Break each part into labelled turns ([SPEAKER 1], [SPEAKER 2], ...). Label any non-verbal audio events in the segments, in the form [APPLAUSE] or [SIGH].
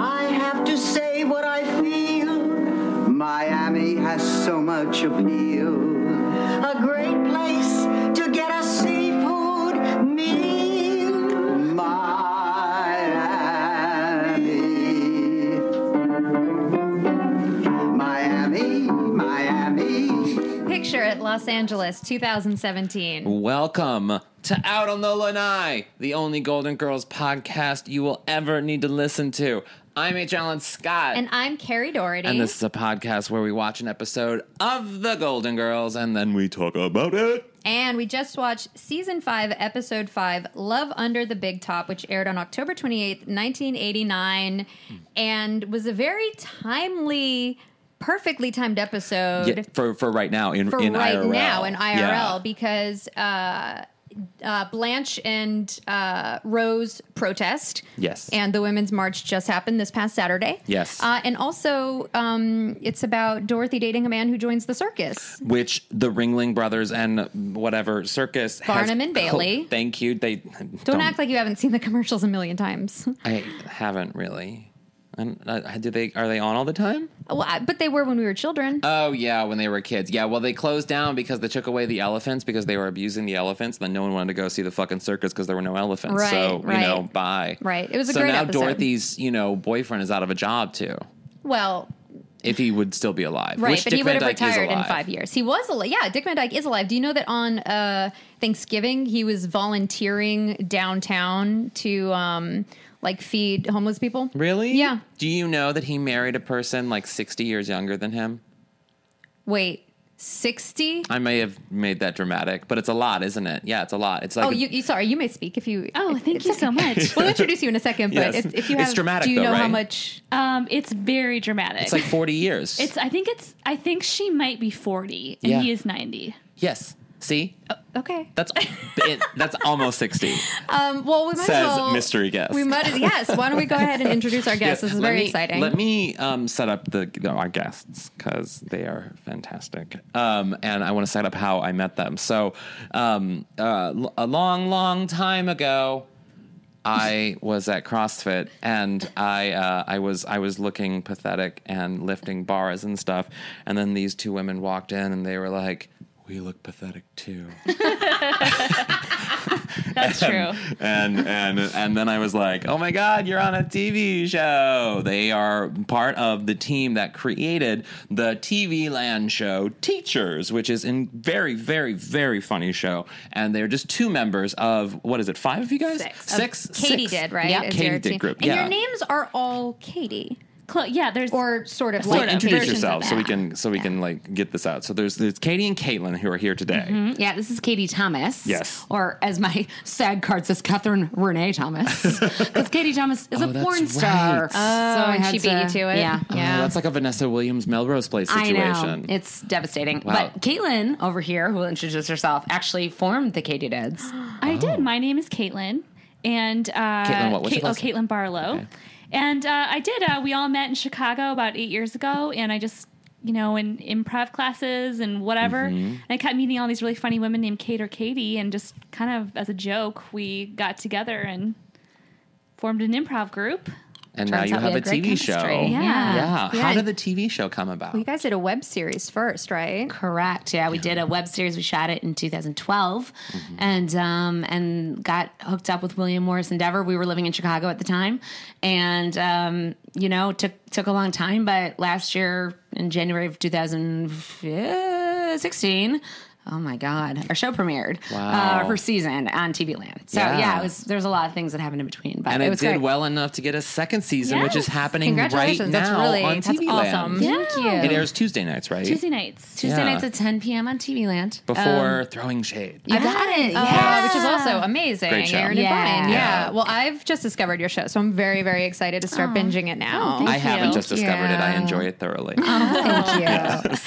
[SPEAKER 1] I have to say what I feel. Miami has so much appeal. A great place to get a seafood meal. Miami. Miami, Miami.
[SPEAKER 2] Picture at Los Angeles, 2017.
[SPEAKER 3] Welcome to Out on the Lanai, the only Golden Girls podcast you will ever need to listen to. I'm H. Allen Scott.
[SPEAKER 2] And I'm Carrie Doherty.
[SPEAKER 3] and this is a podcast where we watch an episode of The Golden Girls and then we talk about it.
[SPEAKER 2] And we just watched season five, episode five, Love Under the Big Top, which aired on October 28th, 1989, and was a very timely, perfectly timed episode
[SPEAKER 3] Yeah, for, for right now in,
[SPEAKER 2] for
[SPEAKER 3] in
[SPEAKER 2] right
[SPEAKER 3] IRL.
[SPEAKER 2] now in IRL
[SPEAKER 3] Yeah.
[SPEAKER 2] because uh, uh, Blanche and uh, Rose protest.
[SPEAKER 3] Yes.
[SPEAKER 2] And the Women's March just happened this past Saturday.
[SPEAKER 3] Yes.
[SPEAKER 2] Uh, and also, um, it's about Dorothy dating a man who joins the circus.
[SPEAKER 3] which the Ringling Brothers and whatever circus has
[SPEAKER 2] Barnum and Bailey.
[SPEAKER 3] thank you. They
[SPEAKER 2] Don't act like you haven't seen the commercials a million times. [LAUGHS]
[SPEAKER 3] I haven't really. And, uh, do they are they on all the time?
[SPEAKER 2] well, I, but they were when we were children.
[SPEAKER 3] Oh yeah, when they were kids. Yeah, well they closed down because they took away the elephants because they were abusing the elephants. Then no one wanted to go see the fucking circus because there were no elephants.
[SPEAKER 2] Right,
[SPEAKER 3] so
[SPEAKER 2] right.
[SPEAKER 3] you know, bye.
[SPEAKER 2] Right. It was a
[SPEAKER 3] so
[SPEAKER 2] great
[SPEAKER 3] now
[SPEAKER 2] episode.
[SPEAKER 3] Dorothy's you know boyfriend is out of a job too.
[SPEAKER 2] well,
[SPEAKER 3] If he would still be alive,
[SPEAKER 2] Right,
[SPEAKER 3] Which
[SPEAKER 2] but
[SPEAKER 3] Dick
[SPEAKER 2] he would
[SPEAKER 3] Van Dyke
[SPEAKER 2] have
[SPEAKER 3] is
[SPEAKER 2] retired in
[SPEAKER 3] alive.
[SPEAKER 2] five years. He was alive. Yeah, Dick Van Dyke is alive. Do you know that on uh, Thanksgiving he was volunteering downtown to um, like feed homeless people?
[SPEAKER 3] Really?
[SPEAKER 2] Yeah.
[SPEAKER 3] Do you know that he married a person like sixty years younger than him?
[SPEAKER 2] Wait, sixty?
[SPEAKER 3] I may have made that dramatic, but it's a lot, isn't it? Yeah, it's a lot. It's like
[SPEAKER 2] Oh, you, you sorry. You may speak if you.
[SPEAKER 4] Oh,
[SPEAKER 2] if-
[SPEAKER 4] thank
[SPEAKER 2] it's
[SPEAKER 4] you
[SPEAKER 2] okay.
[SPEAKER 3] [LAUGHS]
[SPEAKER 4] so much.
[SPEAKER 2] [LAUGHS] We'll introduce you in a second, but
[SPEAKER 3] Yes.
[SPEAKER 2] if, if you have,
[SPEAKER 3] It's dramatic,
[SPEAKER 2] do you
[SPEAKER 3] though,
[SPEAKER 2] know how
[SPEAKER 3] right?
[SPEAKER 2] much?
[SPEAKER 4] Um, it's very dramatic.
[SPEAKER 3] it's like forty
[SPEAKER 2] [LAUGHS]
[SPEAKER 3] years.
[SPEAKER 4] It's- I think it's. I think she might be forty, and
[SPEAKER 3] Yeah.
[SPEAKER 4] he is ninety.
[SPEAKER 3] yes. See,
[SPEAKER 2] Okay.
[SPEAKER 3] that's it, that's almost sixty.
[SPEAKER 2] Um, well, we Oh. [LAUGHS] might
[SPEAKER 3] Says
[SPEAKER 2] as well,
[SPEAKER 3] mystery guest.
[SPEAKER 2] We might. as- Yes. Why don't we go ahead and introduce our guests?
[SPEAKER 3] Yes,
[SPEAKER 2] This is
[SPEAKER 3] let
[SPEAKER 2] very
[SPEAKER 3] me-
[SPEAKER 2] exciting.
[SPEAKER 3] Let me um, set up the our guests because they are fantastic, um, and I want to set up how I met them. So, um, uh, l- a long, long time ago, I was at CrossFit and I uh, I was I was looking pathetic and lifting bars and stuff, and then these two women walked in and they were like. We look pathetic too.
[SPEAKER 4] That's
[SPEAKER 3] [LAUGHS]
[SPEAKER 4] true.
[SPEAKER 3] and and and then I was like, "Oh my God, you're on a TV show!" They are part of the team that created the TV Land show Teachers, which is a very, very, very funny show. And they're just two members of what is it? Five of you guys?
[SPEAKER 2] Six.
[SPEAKER 3] Six.
[SPEAKER 2] Katie
[SPEAKER 3] Six?
[SPEAKER 2] did right.
[SPEAKER 3] Yeah,
[SPEAKER 2] Is your
[SPEAKER 3] Katie did
[SPEAKER 2] team-
[SPEAKER 3] group.
[SPEAKER 2] And
[SPEAKER 3] yeah.
[SPEAKER 2] your names are all Katie.
[SPEAKER 4] Clo- yeah, there's
[SPEAKER 2] or sort of
[SPEAKER 3] Wait,
[SPEAKER 2] like
[SPEAKER 3] introduce
[SPEAKER 2] versions of
[SPEAKER 3] yourself so we
[SPEAKER 2] that.
[SPEAKER 3] can so we can like get this out. So there's there's Katie and Caitlin who are here today.
[SPEAKER 2] Mm-hmm.
[SPEAKER 5] Mm-hmm. Yeah, this is Katie Thomas.
[SPEAKER 3] Yes.
[SPEAKER 5] Or as my sad card says, Catherine Renee
[SPEAKER 3] [LAUGHS]
[SPEAKER 5] Thomas. Because Katie Thomas is
[SPEAKER 3] Oh,
[SPEAKER 5] a
[SPEAKER 3] that's
[SPEAKER 5] porn star.
[SPEAKER 3] right. Oh,
[SPEAKER 5] so I
[SPEAKER 2] and
[SPEAKER 5] had
[SPEAKER 2] she beat you to it.
[SPEAKER 5] Yeah.
[SPEAKER 3] Oh, that's like a Vanessa Williams Melrose Place situation.
[SPEAKER 5] I know. It's devastating.
[SPEAKER 3] Wow.
[SPEAKER 5] But Caitlin over here, who will introduce herself, actually formed the
[SPEAKER 2] [GASPS]
[SPEAKER 5] Katie Dids.
[SPEAKER 4] I did. My name is Caitlin, and uh,
[SPEAKER 3] oh. Caitlin what? What's your
[SPEAKER 4] Ca- oh,
[SPEAKER 3] last name?
[SPEAKER 4] Caitlin Barlow, and uh, I did. Uh, we all met in Chicago about eight years ago, and I just. You know, in improv classes and whatever.
[SPEAKER 3] Mm-hmm.
[SPEAKER 4] And I kept meeting all these really funny women named Kate or Katie, and just kind of as a joke, we got together and formed an improv group.
[SPEAKER 3] and now
[SPEAKER 2] Turns
[SPEAKER 3] you
[SPEAKER 2] out we
[SPEAKER 3] have a
[SPEAKER 2] had great
[SPEAKER 3] TV show.
[SPEAKER 2] chemistry. Yeah.
[SPEAKER 3] Yeah.
[SPEAKER 2] Yeah.
[SPEAKER 3] How did the TV show come about?
[SPEAKER 2] You guys did a web series first, right?
[SPEAKER 5] Correct. Yeah, we did a web series. We shot it in 2012,
[SPEAKER 3] Mm-hmm.
[SPEAKER 5] and um, and got hooked up with William Morris Endeavor. We were living in Chicago at the time, and um, you know, took took a long time. But last year, in January of 2016, oh my god, our show premiered
[SPEAKER 3] Wow.
[SPEAKER 5] uh, for season on TV Land. So
[SPEAKER 3] Yeah.
[SPEAKER 5] yeah, it was. There's a lot of things that happened in between, but
[SPEAKER 3] And
[SPEAKER 5] it,
[SPEAKER 3] it,
[SPEAKER 5] was
[SPEAKER 3] did
[SPEAKER 5] great.
[SPEAKER 3] well enough to get a second season, which is
[SPEAKER 4] Yes.
[SPEAKER 3] happening right
[SPEAKER 2] Congratulations.
[SPEAKER 3] now
[SPEAKER 2] That's really-
[SPEAKER 3] on
[SPEAKER 2] that's
[SPEAKER 3] TV
[SPEAKER 2] awesome.
[SPEAKER 3] Land.
[SPEAKER 4] Yeah.
[SPEAKER 5] Thank you.
[SPEAKER 3] It airs Tuesday nights, right?
[SPEAKER 4] Tuesday nights.
[SPEAKER 5] Tuesday
[SPEAKER 3] yeah.
[SPEAKER 5] nights at 10 p.m. on TV Land.
[SPEAKER 3] Before throwing shade.
[SPEAKER 5] you got it.
[SPEAKER 2] Uh,
[SPEAKER 5] yeah.
[SPEAKER 2] which is also amazing.
[SPEAKER 3] Great show.
[SPEAKER 2] Aaron and
[SPEAKER 5] Yeah.
[SPEAKER 2] Brian.
[SPEAKER 3] Yeah.
[SPEAKER 2] Yeah. Well, I've just discovered your show, so I'm very, very excited to start binging it now.
[SPEAKER 4] thank
[SPEAKER 3] I haven't
[SPEAKER 4] you.
[SPEAKER 3] just discovered it. I enjoy it thoroughly.
[SPEAKER 2] Thank you.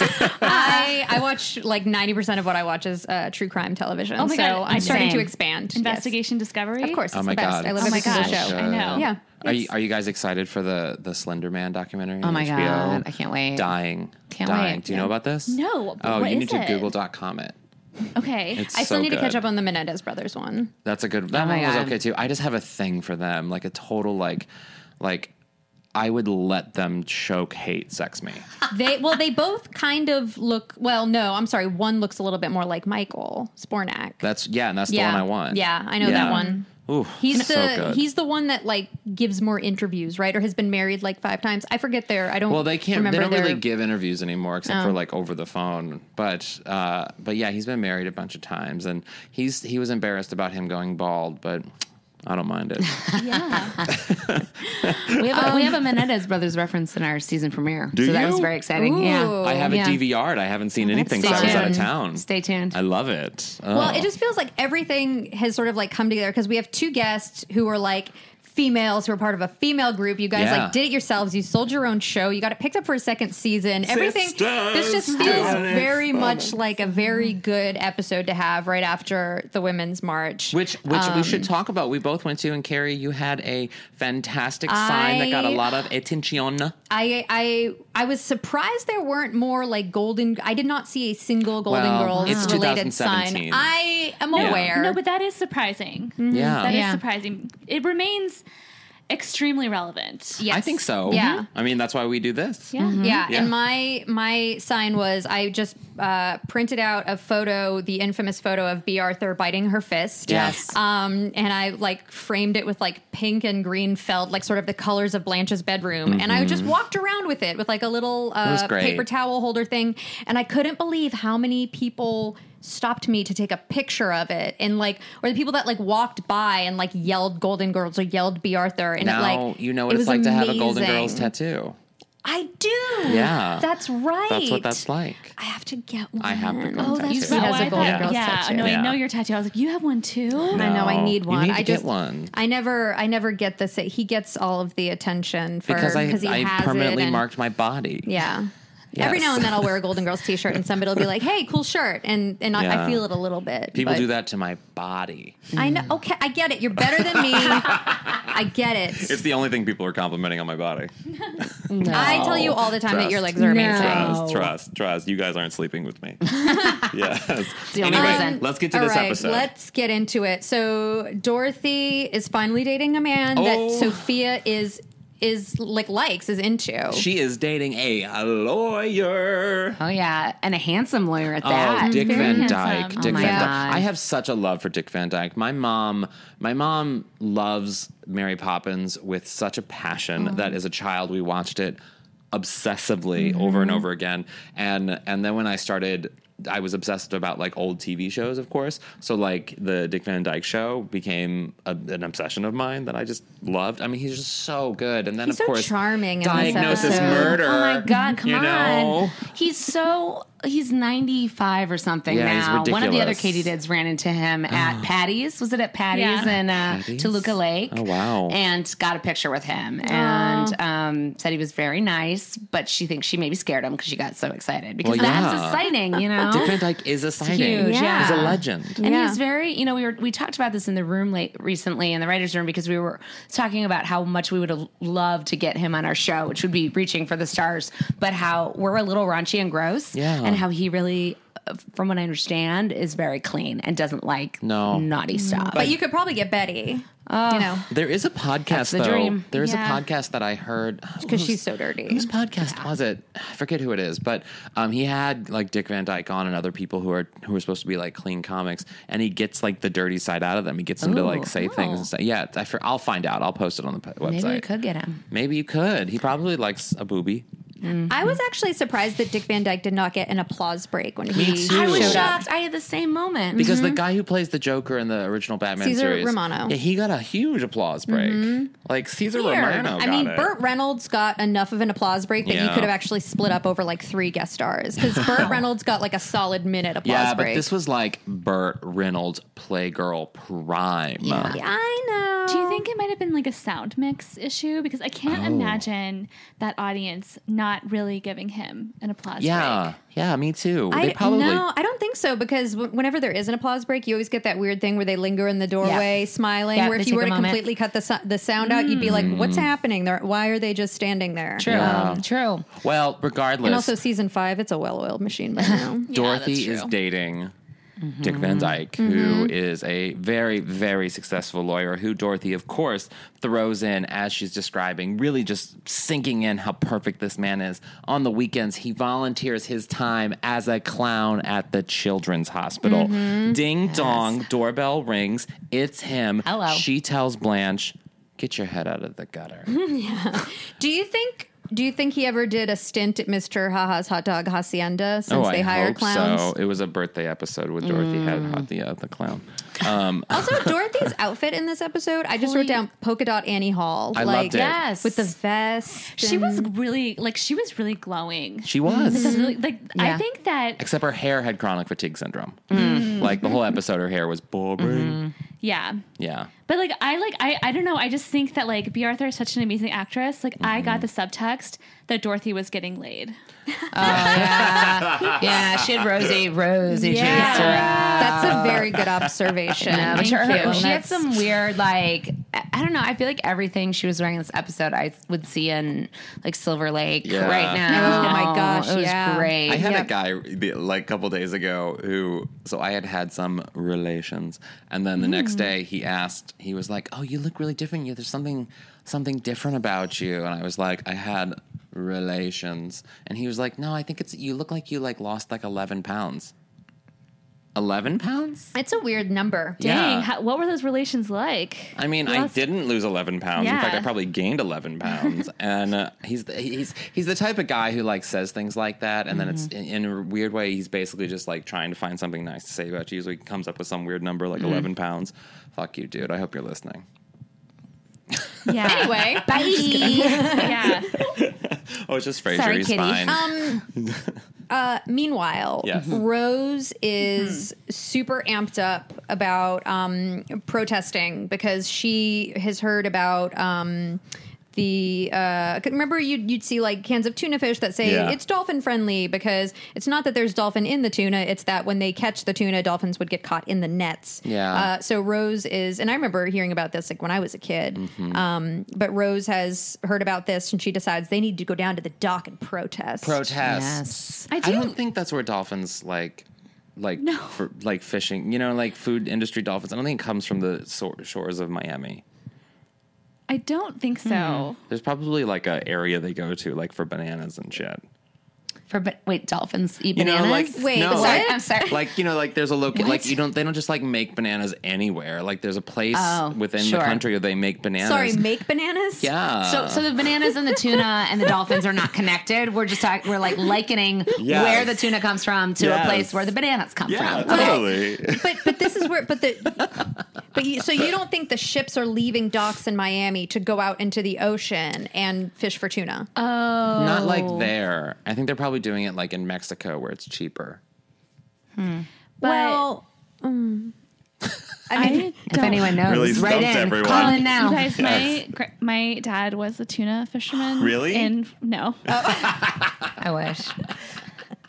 [SPEAKER 2] I, I watch like 90% of what I watch is uh, true crime television.
[SPEAKER 4] my
[SPEAKER 2] so
[SPEAKER 4] God,
[SPEAKER 2] I'm starting
[SPEAKER 5] same.
[SPEAKER 2] to expand.
[SPEAKER 4] Investigation Discovery.
[SPEAKER 2] Yes. Of course. It's
[SPEAKER 3] oh my
[SPEAKER 2] the best.
[SPEAKER 3] god!
[SPEAKER 2] I love
[SPEAKER 4] Oh
[SPEAKER 2] every
[SPEAKER 4] my
[SPEAKER 2] single
[SPEAKER 4] gosh.
[SPEAKER 2] show.
[SPEAKER 4] I know.
[SPEAKER 2] Yeah.
[SPEAKER 3] Are you, are you guys excited for the the Slender Man documentary?
[SPEAKER 5] Oh my God, I can't wait.
[SPEAKER 3] Dying.
[SPEAKER 5] Can't
[SPEAKER 3] dying.
[SPEAKER 5] wait.
[SPEAKER 3] Do you know about this?
[SPEAKER 4] No, but
[SPEAKER 3] oh,
[SPEAKER 4] what
[SPEAKER 3] you
[SPEAKER 4] is
[SPEAKER 3] need to
[SPEAKER 4] it?
[SPEAKER 3] Google dot com it.
[SPEAKER 4] Okay.
[SPEAKER 3] It's
[SPEAKER 2] I still
[SPEAKER 3] so
[SPEAKER 2] need to catch
[SPEAKER 3] good.
[SPEAKER 2] up on the Menendez brothers one.
[SPEAKER 3] That's a good.
[SPEAKER 2] Oh
[SPEAKER 3] That
[SPEAKER 5] my
[SPEAKER 3] one was
[SPEAKER 5] God.
[SPEAKER 3] okay too. I just have a thing for them, like a total like, like I would let them choke, hate, sex me.
[SPEAKER 2] Uh, They well, they both kind of look. Well, no, I'm sorry. One looks a little bit more like Michael Spornak.
[SPEAKER 3] That's yeah, and that's the
[SPEAKER 2] Yeah.
[SPEAKER 3] one I want.
[SPEAKER 2] Yeah, I know that one.
[SPEAKER 3] Ooh,
[SPEAKER 2] He's
[SPEAKER 3] so
[SPEAKER 2] the
[SPEAKER 3] good.
[SPEAKER 2] he's the one that like gives more interviews, right? Or has been married like five times. I forget their. I don't.
[SPEAKER 3] Well, they can't. They
[SPEAKER 2] Remember
[SPEAKER 3] don't really
[SPEAKER 2] their- Oh.
[SPEAKER 3] give interviews anymore, except for like over the phone. But uh, but yeah, he's been married a bunch of times, and he's he was embarrassed about him going bald, but I don't mind
[SPEAKER 2] [LAUGHS]
[SPEAKER 3] it. [LAUGHS]
[SPEAKER 4] yeah.
[SPEAKER 5] we, have a, we have a Menendez Brothers reference in our season premiere.
[SPEAKER 3] Do
[SPEAKER 5] so that
[SPEAKER 3] you?
[SPEAKER 5] was very exciting. Yeah.
[SPEAKER 2] Ooh,
[SPEAKER 3] I have it
[SPEAKER 2] yeah. Oh,
[SPEAKER 3] DVR'd. I haven't seen anything
[SPEAKER 5] Stay
[SPEAKER 3] since I was out of
[SPEAKER 5] tuned.
[SPEAKER 3] town.
[SPEAKER 5] Stay tuned.
[SPEAKER 3] I love it.
[SPEAKER 2] Well,
[SPEAKER 3] Oh.
[SPEAKER 2] it just feels like everything has sort of like come together because we have two guests who are like females who are part of a female group. You guys
[SPEAKER 3] Yeah.
[SPEAKER 2] like did it yourselves. You sold your own show. You got it picked up for a second season. Everything. This just
[SPEAKER 3] Sisters.
[SPEAKER 2] feels very much like a very good episode to have right after the Women's March.
[SPEAKER 3] Which which we
[SPEAKER 2] Um,
[SPEAKER 3] should talk about. We both went to, and Carrie, you had a fantastic sign that got a
[SPEAKER 2] I-
[SPEAKER 3] lot of attention.
[SPEAKER 2] I I I was surprised there weren't more like golden. I did not see a single Golden
[SPEAKER 3] Well,
[SPEAKER 2] Girls
[SPEAKER 3] it's
[SPEAKER 2] related sign.
[SPEAKER 3] 2017.
[SPEAKER 2] I am
[SPEAKER 3] Yeah.
[SPEAKER 2] aware.
[SPEAKER 4] No, but that is surprising.
[SPEAKER 3] Yeah.
[SPEAKER 4] That is
[SPEAKER 2] Mm-hmm. Yeah.
[SPEAKER 4] surprising. It remains extremely relevant.
[SPEAKER 2] Yes.
[SPEAKER 3] I think so.
[SPEAKER 4] Mm-hmm.
[SPEAKER 2] Yeah.
[SPEAKER 3] I mean, that's why we do this.
[SPEAKER 4] Yeah.
[SPEAKER 2] Yeah,
[SPEAKER 3] Yeah.
[SPEAKER 2] and my my sign was I just uh, printed out a photo, the infamous photo of B. Arthur biting her fist.
[SPEAKER 3] Yes.
[SPEAKER 2] Um, and I like framed it with like pink and green felt, like sort of the colors of Blanche's bedroom. And I just walked around with it with like a little
[SPEAKER 3] Mm-hmm. was
[SPEAKER 2] uh,
[SPEAKER 3] great.
[SPEAKER 2] paper towel holder thing. And I couldn't believe how many people stopped me to take a picture of it and like or the people that like walked by and like yelled golden girls or yelled b arthur and it
[SPEAKER 3] Now
[SPEAKER 2] like
[SPEAKER 3] you know what
[SPEAKER 2] it
[SPEAKER 3] it's
[SPEAKER 2] was
[SPEAKER 3] like to have a Golden
[SPEAKER 2] amazing.
[SPEAKER 3] Girls tattoo.
[SPEAKER 2] i do
[SPEAKER 3] Yeah.
[SPEAKER 2] that's right
[SPEAKER 3] That's what that's like.
[SPEAKER 2] I have to get one.
[SPEAKER 3] I have the
[SPEAKER 2] Oh,
[SPEAKER 3] girl tattoo.
[SPEAKER 2] that's
[SPEAKER 4] That's
[SPEAKER 2] right.
[SPEAKER 4] why
[SPEAKER 2] She has a
[SPEAKER 4] I
[SPEAKER 2] Golden
[SPEAKER 4] thought-
[SPEAKER 2] Girls
[SPEAKER 4] yeah,
[SPEAKER 2] tattoo.
[SPEAKER 4] No,
[SPEAKER 3] Yeah.
[SPEAKER 4] I know your tattoo. I was like, you have one too.
[SPEAKER 2] I know I need
[SPEAKER 3] You
[SPEAKER 2] one.
[SPEAKER 3] need to
[SPEAKER 2] I
[SPEAKER 3] get
[SPEAKER 2] just
[SPEAKER 3] one.
[SPEAKER 2] I never I never get this. He gets all of the attention for
[SPEAKER 3] because I,
[SPEAKER 2] he
[SPEAKER 3] I
[SPEAKER 2] has
[SPEAKER 3] permanently
[SPEAKER 2] it and-
[SPEAKER 3] marked my body.
[SPEAKER 2] Yeah.
[SPEAKER 3] Yes.
[SPEAKER 2] Every now and then I'll wear a Golden Girls t-shirt and somebody'll be like, "Hey, cool shirt," and and I-
[SPEAKER 3] Yeah.
[SPEAKER 2] I feel it a little bit.
[SPEAKER 3] People
[SPEAKER 2] but-
[SPEAKER 3] do that to my body.
[SPEAKER 2] I know. Okay, I get it. You're better
[SPEAKER 3] [LAUGHS]
[SPEAKER 2] than me. I get it.
[SPEAKER 3] the only thing people are complimenting on my body.
[SPEAKER 2] I tell you all the time that your legs are amazing.
[SPEAKER 5] No.
[SPEAKER 3] trust, trust. You guys aren't sleeping with
[SPEAKER 2] [LAUGHS]
[SPEAKER 3] me. yes.
[SPEAKER 5] the only
[SPEAKER 3] Anyway,
[SPEAKER 5] reason.
[SPEAKER 3] let's get to
[SPEAKER 2] All
[SPEAKER 3] this
[SPEAKER 2] right,
[SPEAKER 3] episode.
[SPEAKER 2] Let's get into it. So Dorothy is finally dating a man that
[SPEAKER 3] Oh.
[SPEAKER 2] Sophia is is like likes is into.
[SPEAKER 3] She is dating a, a lawyer.
[SPEAKER 5] Oh, yeah. And a handsome lawyer at that.
[SPEAKER 3] Oh, Dick
[SPEAKER 4] Very
[SPEAKER 3] Van
[SPEAKER 4] handsome.
[SPEAKER 3] Dyke.
[SPEAKER 4] Oh
[SPEAKER 3] Dick
[SPEAKER 5] my
[SPEAKER 3] Van Dyke.
[SPEAKER 5] God.
[SPEAKER 3] I have such a love for Dick Van Dyke. My mom, my mom loves Mary Poppins with such a passion that as a child we watched it obsessively over and over again. And and then when I started I was obsessed about like old TV shows, of course. So like the Dick Van Dyke show became a, an obsession of mine that I just loved. I mean, he's just so good. And then
[SPEAKER 2] He's
[SPEAKER 3] of
[SPEAKER 2] so
[SPEAKER 3] course,
[SPEAKER 2] charming in this
[SPEAKER 3] diagnosis
[SPEAKER 2] episode.
[SPEAKER 3] murder.
[SPEAKER 5] Oh my god, come
[SPEAKER 3] you
[SPEAKER 5] on.
[SPEAKER 3] know?
[SPEAKER 5] He's so he's 95 or something
[SPEAKER 3] Yeah, he's
[SPEAKER 5] now. One of the other
[SPEAKER 3] ridiculous. Oh.
[SPEAKER 5] Katie Dids ran into him at Patty's. Was it at Patty's
[SPEAKER 4] Yeah.
[SPEAKER 5] in uh,
[SPEAKER 3] Patty's?
[SPEAKER 5] Toluca Lake?
[SPEAKER 3] Oh, wow.
[SPEAKER 5] And got a picture with him and um, said he was very nice, but she thinks she maybe scared him because she got so excited because
[SPEAKER 3] Well,
[SPEAKER 5] that's
[SPEAKER 3] yeah.
[SPEAKER 5] a sighting,
[SPEAKER 3] [LAUGHS]
[SPEAKER 5] you know.
[SPEAKER 3] Dick Van Dyke is a sighting.
[SPEAKER 5] huge, yeah.
[SPEAKER 3] He's a legend.
[SPEAKER 5] And
[SPEAKER 2] Oh, Yeah.
[SPEAKER 5] he's very, you know, we were we talked about this in the room late recently in the writers' room because we were talking about how much we would have loved to get him on our show, which would be reaching for the stars, but how we're a little raunchy and gross,
[SPEAKER 3] Yeah.
[SPEAKER 5] and how he really, uh, from what I understand, is very clean and doesn't like
[SPEAKER 3] No. Mm.
[SPEAKER 5] naughty stuff.
[SPEAKER 2] But you could probably get Betty.
[SPEAKER 5] Oh.
[SPEAKER 2] you know,
[SPEAKER 3] There is a podcast
[SPEAKER 5] the
[SPEAKER 3] though.
[SPEAKER 5] dream.
[SPEAKER 3] There is
[SPEAKER 4] Yeah.
[SPEAKER 3] a podcast that I heard
[SPEAKER 2] because she's so dirty.
[SPEAKER 5] Mm-hmm.
[SPEAKER 3] Whose podcast was it? I forget who it is, but um, he had like Dick Van Dyke on and other people who are who are supposed to be like clean comics, and he gets like the dirty side out of them. He gets them to
[SPEAKER 5] Ooh,
[SPEAKER 3] like say things
[SPEAKER 5] wow.
[SPEAKER 3] and say, "Yeah, I for, I'll find out. I'll post it on the p- website."
[SPEAKER 5] Maybe we could get him.
[SPEAKER 3] Maybe you could. He probably likes a booby.
[SPEAKER 2] I was actually surprised that Dick Van Dyke did not get an applause break when he
[SPEAKER 3] too.
[SPEAKER 5] I uh,
[SPEAKER 2] showed
[SPEAKER 5] was
[SPEAKER 3] Showed
[SPEAKER 2] up.
[SPEAKER 5] shocked. I had the same moment.
[SPEAKER 3] because the guy who plays the Joker in the original Batman
[SPEAKER 2] Cesar
[SPEAKER 3] series,
[SPEAKER 2] Romano.
[SPEAKER 3] yeah, he got a huge applause break. Like Caesar
[SPEAKER 2] Weird.
[SPEAKER 3] Romano.
[SPEAKER 2] I
[SPEAKER 3] got
[SPEAKER 2] mean,
[SPEAKER 3] it.
[SPEAKER 2] Burt Reynolds got enough of an applause break that he
[SPEAKER 3] Yeah.
[SPEAKER 2] could have actually split up over like three guest stars
[SPEAKER 3] [LAUGHS]
[SPEAKER 2] because Burt Reynolds got like a solid minute applause
[SPEAKER 3] Yeah, but
[SPEAKER 2] break.
[SPEAKER 3] this was like Burt Reynolds Playgirl Prime.
[SPEAKER 2] yeah, I know.
[SPEAKER 4] Do you think it might have been like a sound mix issue? Because I can't
[SPEAKER 3] Oh.
[SPEAKER 4] imagine that audience not really giving him an applause.
[SPEAKER 3] Yeah, yeah, me too.
[SPEAKER 2] I
[SPEAKER 3] they probably
[SPEAKER 2] no, I don't think so because w- whenever there is an applause break, you always get that weird thing where they linger in the doorway smiling.
[SPEAKER 5] Yeah,
[SPEAKER 2] where
[SPEAKER 5] they
[SPEAKER 2] if you
[SPEAKER 5] take
[SPEAKER 2] were
[SPEAKER 5] a
[SPEAKER 2] to
[SPEAKER 5] moment.
[SPEAKER 2] completely cut the su- the sound out, you'd be like, "What's
[SPEAKER 3] Mm.
[SPEAKER 2] happening? There? Why are they just standing there?"
[SPEAKER 5] true. True.
[SPEAKER 3] well, regardless.
[SPEAKER 2] um, And also, season five, it's a well-oiled machine by now.
[SPEAKER 3] Dorothy
[SPEAKER 4] that's
[SPEAKER 3] is
[SPEAKER 4] true.
[SPEAKER 3] dating Dick Van Dyke, who is a very, very successful lawyer, who Dorothy, of course, throws in as she's describing, really just sinking in how perfect this man is. On the weekends, he volunteers his time as a clown at the children's hospital. Ding dong, doorbell rings. It's him.
[SPEAKER 5] Hello.
[SPEAKER 3] She tells Blanche, Get your head out of the gutter.
[SPEAKER 2] [LAUGHS] Do you think? Do you think he ever did a stint at Mr. Haha's Hot Dog Hacienda since they hire clowns?
[SPEAKER 3] Oh, so. It was a birthday episode with Dorothy had had the, uh, the clown. Um,
[SPEAKER 2] Also, Dorothy's outfit in this episode, I just wrote down polka dot Annie Hall.
[SPEAKER 3] I
[SPEAKER 2] like,
[SPEAKER 3] loved it.
[SPEAKER 5] Yes.
[SPEAKER 2] With the vest.
[SPEAKER 4] She
[SPEAKER 2] and-
[SPEAKER 4] was really like she was really glowing.
[SPEAKER 2] Mm-hmm.
[SPEAKER 3] she was.
[SPEAKER 4] [LAUGHS] This is really like
[SPEAKER 5] Yeah.
[SPEAKER 4] I think that
[SPEAKER 3] except her hair had chronic fatigue syndrome. Mm-hmm. Like the whole episode, her hair was boring.
[SPEAKER 4] yeah.
[SPEAKER 3] Yeah,
[SPEAKER 4] But like I like I I don't know. I just think that like B. Arthur is such an amazing actress. Like I got the subtext that Dorothy was getting laid.
[SPEAKER 5] Yeah, she had
[SPEAKER 3] [LAUGHS]
[SPEAKER 5] rosy, rosy
[SPEAKER 4] Yeah.
[SPEAKER 5] cheeks. to her eyes.
[SPEAKER 2] That's a very good observation.
[SPEAKER 5] Yeah, but
[SPEAKER 2] Thank
[SPEAKER 5] her-
[SPEAKER 2] you.
[SPEAKER 5] she had
[SPEAKER 2] That's-
[SPEAKER 5] some weird, like I I don't know. I feel like everything she was wearing in this episode, I would see in like Silver Lake
[SPEAKER 3] Yeah.
[SPEAKER 5] right now.
[SPEAKER 2] Oh my gosh,
[SPEAKER 5] it was
[SPEAKER 2] yeah.
[SPEAKER 5] great.
[SPEAKER 3] I had
[SPEAKER 2] Yep.
[SPEAKER 3] a guy the- like a couple days ago who. So I had had some relations, and then the next day he asked. He was like, "Oh, you look really different. You, there's something something different about you." And I was like, "I had relations," and he was like, "No, I think it's you look like you like lost like 11 pounds." 11 pounds?
[SPEAKER 2] It's a weird number.
[SPEAKER 4] Dang,
[SPEAKER 3] Yeah.
[SPEAKER 4] how, what were those relations like?
[SPEAKER 3] I mean, I
[SPEAKER 4] Lost-
[SPEAKER 3] didn't lose eleven pounds. In fact, I
[SPEAKER 4] Yeah.
[SPEAKER 3] probably gained
[SPEAKER 5] [LAUGHS]
[SPEAKER 3] eleven pounds. and uh, he's the, he's he's the type of guy who like says things like that, and then it's
[SPEAKER 5] Mm-hmm.
[SPEAKER 3] in, in a weird way. He's basically just like trying to find something nice to say about you. So he comes up with some weird number like
[SPEAKER 5] Mm-hmm.
[SPEAKER 3] eleven pounds. Fuck you, dude. I hope you're listening.
[SPEAKER 4] Yeah.
[SPEAKER 2] [LAUGHS] Anyway,
[SPEAKER 4] yeah.
[SPEAKER 3] Oh, it's just Frasier.
[SPEAKER 5] Sorry,
[SPEAKER 3] he's
[SPEAKER 5] kitty. Um,
[SPEAKER 3] fine.
[SPEAKER 2] Um,
[SPEAKER 3] [LAUGHS]
[SPEAKER 2] uh, meanwhile,
[SPEAKER 3] Yes. Hmm.
[SPEAKER 2] Rose is super amped up about um, protesting because she has heard about. Um, the uh 'cause remember you'd, you'd see like cans of tuna fish that say
[SPEAKER 3] Yeah.
[SPEAKER 2] it's dolphin friendly because it's not that there's dolphin in the tuna it's that when they catch the tuna dolphins would get caught in the nets
[SPEAKER 3] Yeah.
[SPEAKER 2] uh, so Rose is, and I remember hearing about this like when I was a kid.
[SPEAKER 3] Mm-hmm.
[SPEAKER 2] Um, but Rose has heard about this, and she decides they need to go down to the dock and protest.
[SPEAKER 3] Protest.
[SPEAKER 5] Yes.
[SPEAKER 4] I
[SPEAKER 3] I,
[SPEAKER 4] do.
[SPEAKER 3] do. not think that's where dolphins like. Like for, like fishing, you know, like food industry dolphins. I don't think it comes from the so- shores of Miami.
[SPEAKER 4] I don't think so.
[SPEAKER 3] There's probably like a area they go to, like for bananas and shit.
[SPEAKER 5] For ba- wait, dolphins eat
[SPEAKER 3] You
[SPEAKER 5] bananas.
[SPEAKER 3] know, like
[SPEAKER 2] Wait,
[SPEAKER 3] no,
[SPEAKER 2] what?
[SPEAKER 3] like-
[SPEAKER 5] I'm sorry.
[SPEAKER 3] like you know like there's a local like you don't they don't just like make bananas anywhere like there's a place
[SPEAKER 5] Oh,
[SPEAKER 3] within
[SPEAKER 5] sure.
[SPEAKER 3] the country where they make bananas
[SPEAKER 2] Sorry, make bananas.
[SPEAKER 3] yeah
[SPEAKER 5] so, so the
[SPEAKER 3] [LAUGHS]
[SPEAKER 5] bananas and the tuna and the dolphins are not connected. We're just talk- we're like likening
[SPEAKER 3] Yes.
[SPEAKER 5] where the tuna comes from to a
[SPEAKER 3] Yes.
[SPEAKER 5] place where the bananas come
[SPEAKER 3] yeah
[SPEAKER 5] from.
[SPEAKER 3] totally
[SPEAKER 2] [LAUGHS] but but this is where but the but you, so you don't think the ships are leaving docks in Miami to go out into the ocean and fish for tuna?
[SPEAKER 5] Uh,
[SPEAKER 3] not like
[SPEAKER 5] Oh.
[SPEAKER 3] there i think they're probably doing it like in mexico where it's cheaper
[SPEAKER 4] But
[SPEAKER 2] well,
[SPEAKER 4] I
[SPEAKER 5] If
[SPEAKER 4] don't-
[SPEAKER 5] anyone knows,
[SPEAKER 6] Really
[SPEAKER 5] right
[SPEAKER 6] stumped
[SPEAKER 5] in.
[SPEAKER 6] everyone.
[SPEAKER 5] Call in now.
[SPEAKER 4] You guys, my gra- my dad was a tuna fisherman.
[SPEAKER 6] Really?
[SPEAKER 4] And no,
[SPEAKER 5] I wish.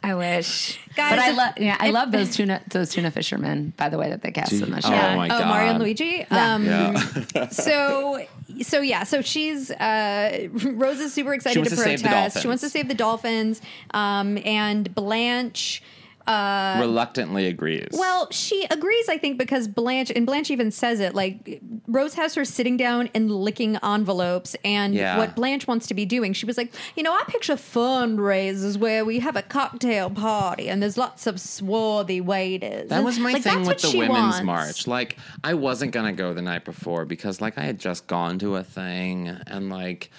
[SPEAKER 5] I wish,
[SPEAKER 2] Guys,
[SPEAKER 5] But I
[SPEAKER 2] if-
[SPEAKER 5] love, yeah, I love those tuna, those tuna fishermen. By the way, that they cast in the show.
[SPEAKER 3] oh my
[SPEAKER 2] oh
[SPEAKER 3] god
[SPEAKER 2] Mario and Luigi. Um,
[SPEAKER 3] yeah.
[SPEAKER 5] Mm-hmm.
[SPEAKER 2] so so yeah so she's uh rose is super excited
[SPEAKER 3] She wants
[SPEAKER 2] to
[SPEAKER 3] to save
[SPEAKER 2] protest
[SPEAKER 3] the
[SPEAKER 2] she wants to
[SPEAKER 3] dolphins.
[SPEAKER 2] save the dolphins um and blanche uh
[SPEAKER 3] reluctantly agrees
[SPEAKER 2] well, she agrees, I think, because Blanche and Blanche even says it. Like Rose has her sitting down and licking envelopes, and
[SPEAKER 3] Yeah.
[SPEAKER 2] what Blanche wants to be doing. She was like, you know, I picture fundraisers where we have a cocktail party and there's lots of swarthy waiters.
[SPEAKER 3] That
[SPEAKER 2] And,
[SPEAKER 3] was my
[SPEAKER 2] like,
[SPEAKER 3] thing
[SPEAKER 2] that's
[SPEAKER 3] with
[SPEAKER 2] what
[SPEAKER 3] the
[SPEAKER 2] she
[SPEAKER 3] women's
[SPEAKER 2] wants.
[SPEAKER 3] march. Like, I wasn't gonna go the night before because, like, I had just gone to a thing and, like,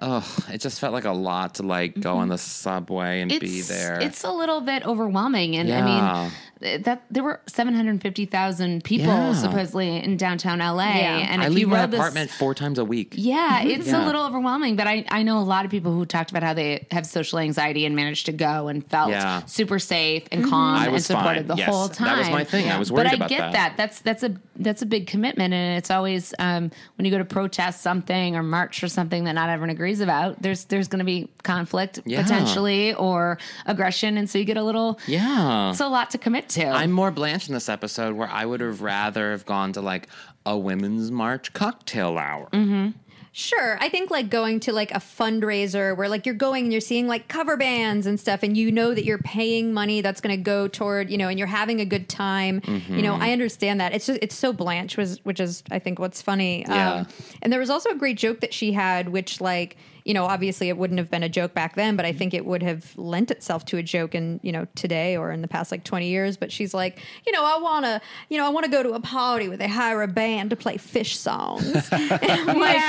[SPEAKER 3] oh, it just felt like a lot to like go on the subway and be there.
[SPEAKER 5] Mm-hmm. It's a little bit overwhelming, and I
[SPEAKER 3] Yeah.
[SPEAKER 5] mean th- that there were seven hundred fifty thousand people
[SPEAKER 3] Yeah.
[SPEAKER 5] supposedly in downtown LA,
[SPEAKER 2] Yeah.
[SPEAKER 5] and
[SPEAKER 3] I
[SPEAKER 5] if
[SPEAKER 3] leave
[SPEAKER 5] you
[SPEAKER 3] my
[SPEAKER 5] rode this-
[SPEAKER 3] apartment four times a week.
[SPEAKER 5] Yeah, it's
[SPEAKER 3] Mm-hmm. Yeah.
[SPEAKER 5] a little overwhelming, but I, I know a lot of people who talked about how they have social anxiety and managed to go and felt
[SPEAKER 3] Yeah.
[SPEAKER 5] super safe and calm
[SPEAKER 3] I
[SPEAKER 5] and
[SPEAKER 3] was fine.
[SPEAKER 5] supported the
[SPEAKER 3] Yes.
[SPEAKER 5] whole time.
[SPEAKER 3] That was my thing. I was
[SPEAKER 5] but
[SPEAKER 3] worried
[SPEAKER 5] I
[SPEAKER 3] about
[SPEAKER 5] get
[SPEAKER 3] that.
[SPEAKER 5] That's that's a that's a big commitment, and it's always um, when you go to protest something or march for something that not everyone agrees about. There's there's going to be conflict
[SPEAKER 3] Yeah.
[SPEAKER 5] potentially or aggression, and so you get a little
[SPEAKER 3] Yeah.
[SPEAKER 5] It's a lot to commit to.
[SPEAKER 3] I'm more Blanche in this episode where I would have rather have gone to like a women's march cocktail hour.
[SPEAKER 5] Mm-hmm.
[SPEAKER 2] Sure. I think like going to like a fundraiser where like you're going and you're seeing like cover bands and stuff and you know that you're paying money that's going to go toward, you know, and you're having a good time. You know, I understand that. It's just it's so Blanche was which is I think what's funny. Um,
[SPEAKER 3] Yeah.
[SPEAKER 2] and there was also a great joke that she had which like, you know, obviously it wouldn't have been a joke back then, but I think it would have lent itself to a joke in, you know, today or in the past like 20 years, but she's like, you know, I want to, you know, I want to go to a party where they hire a band to play fish songs. And [LAUGHS] I'm like,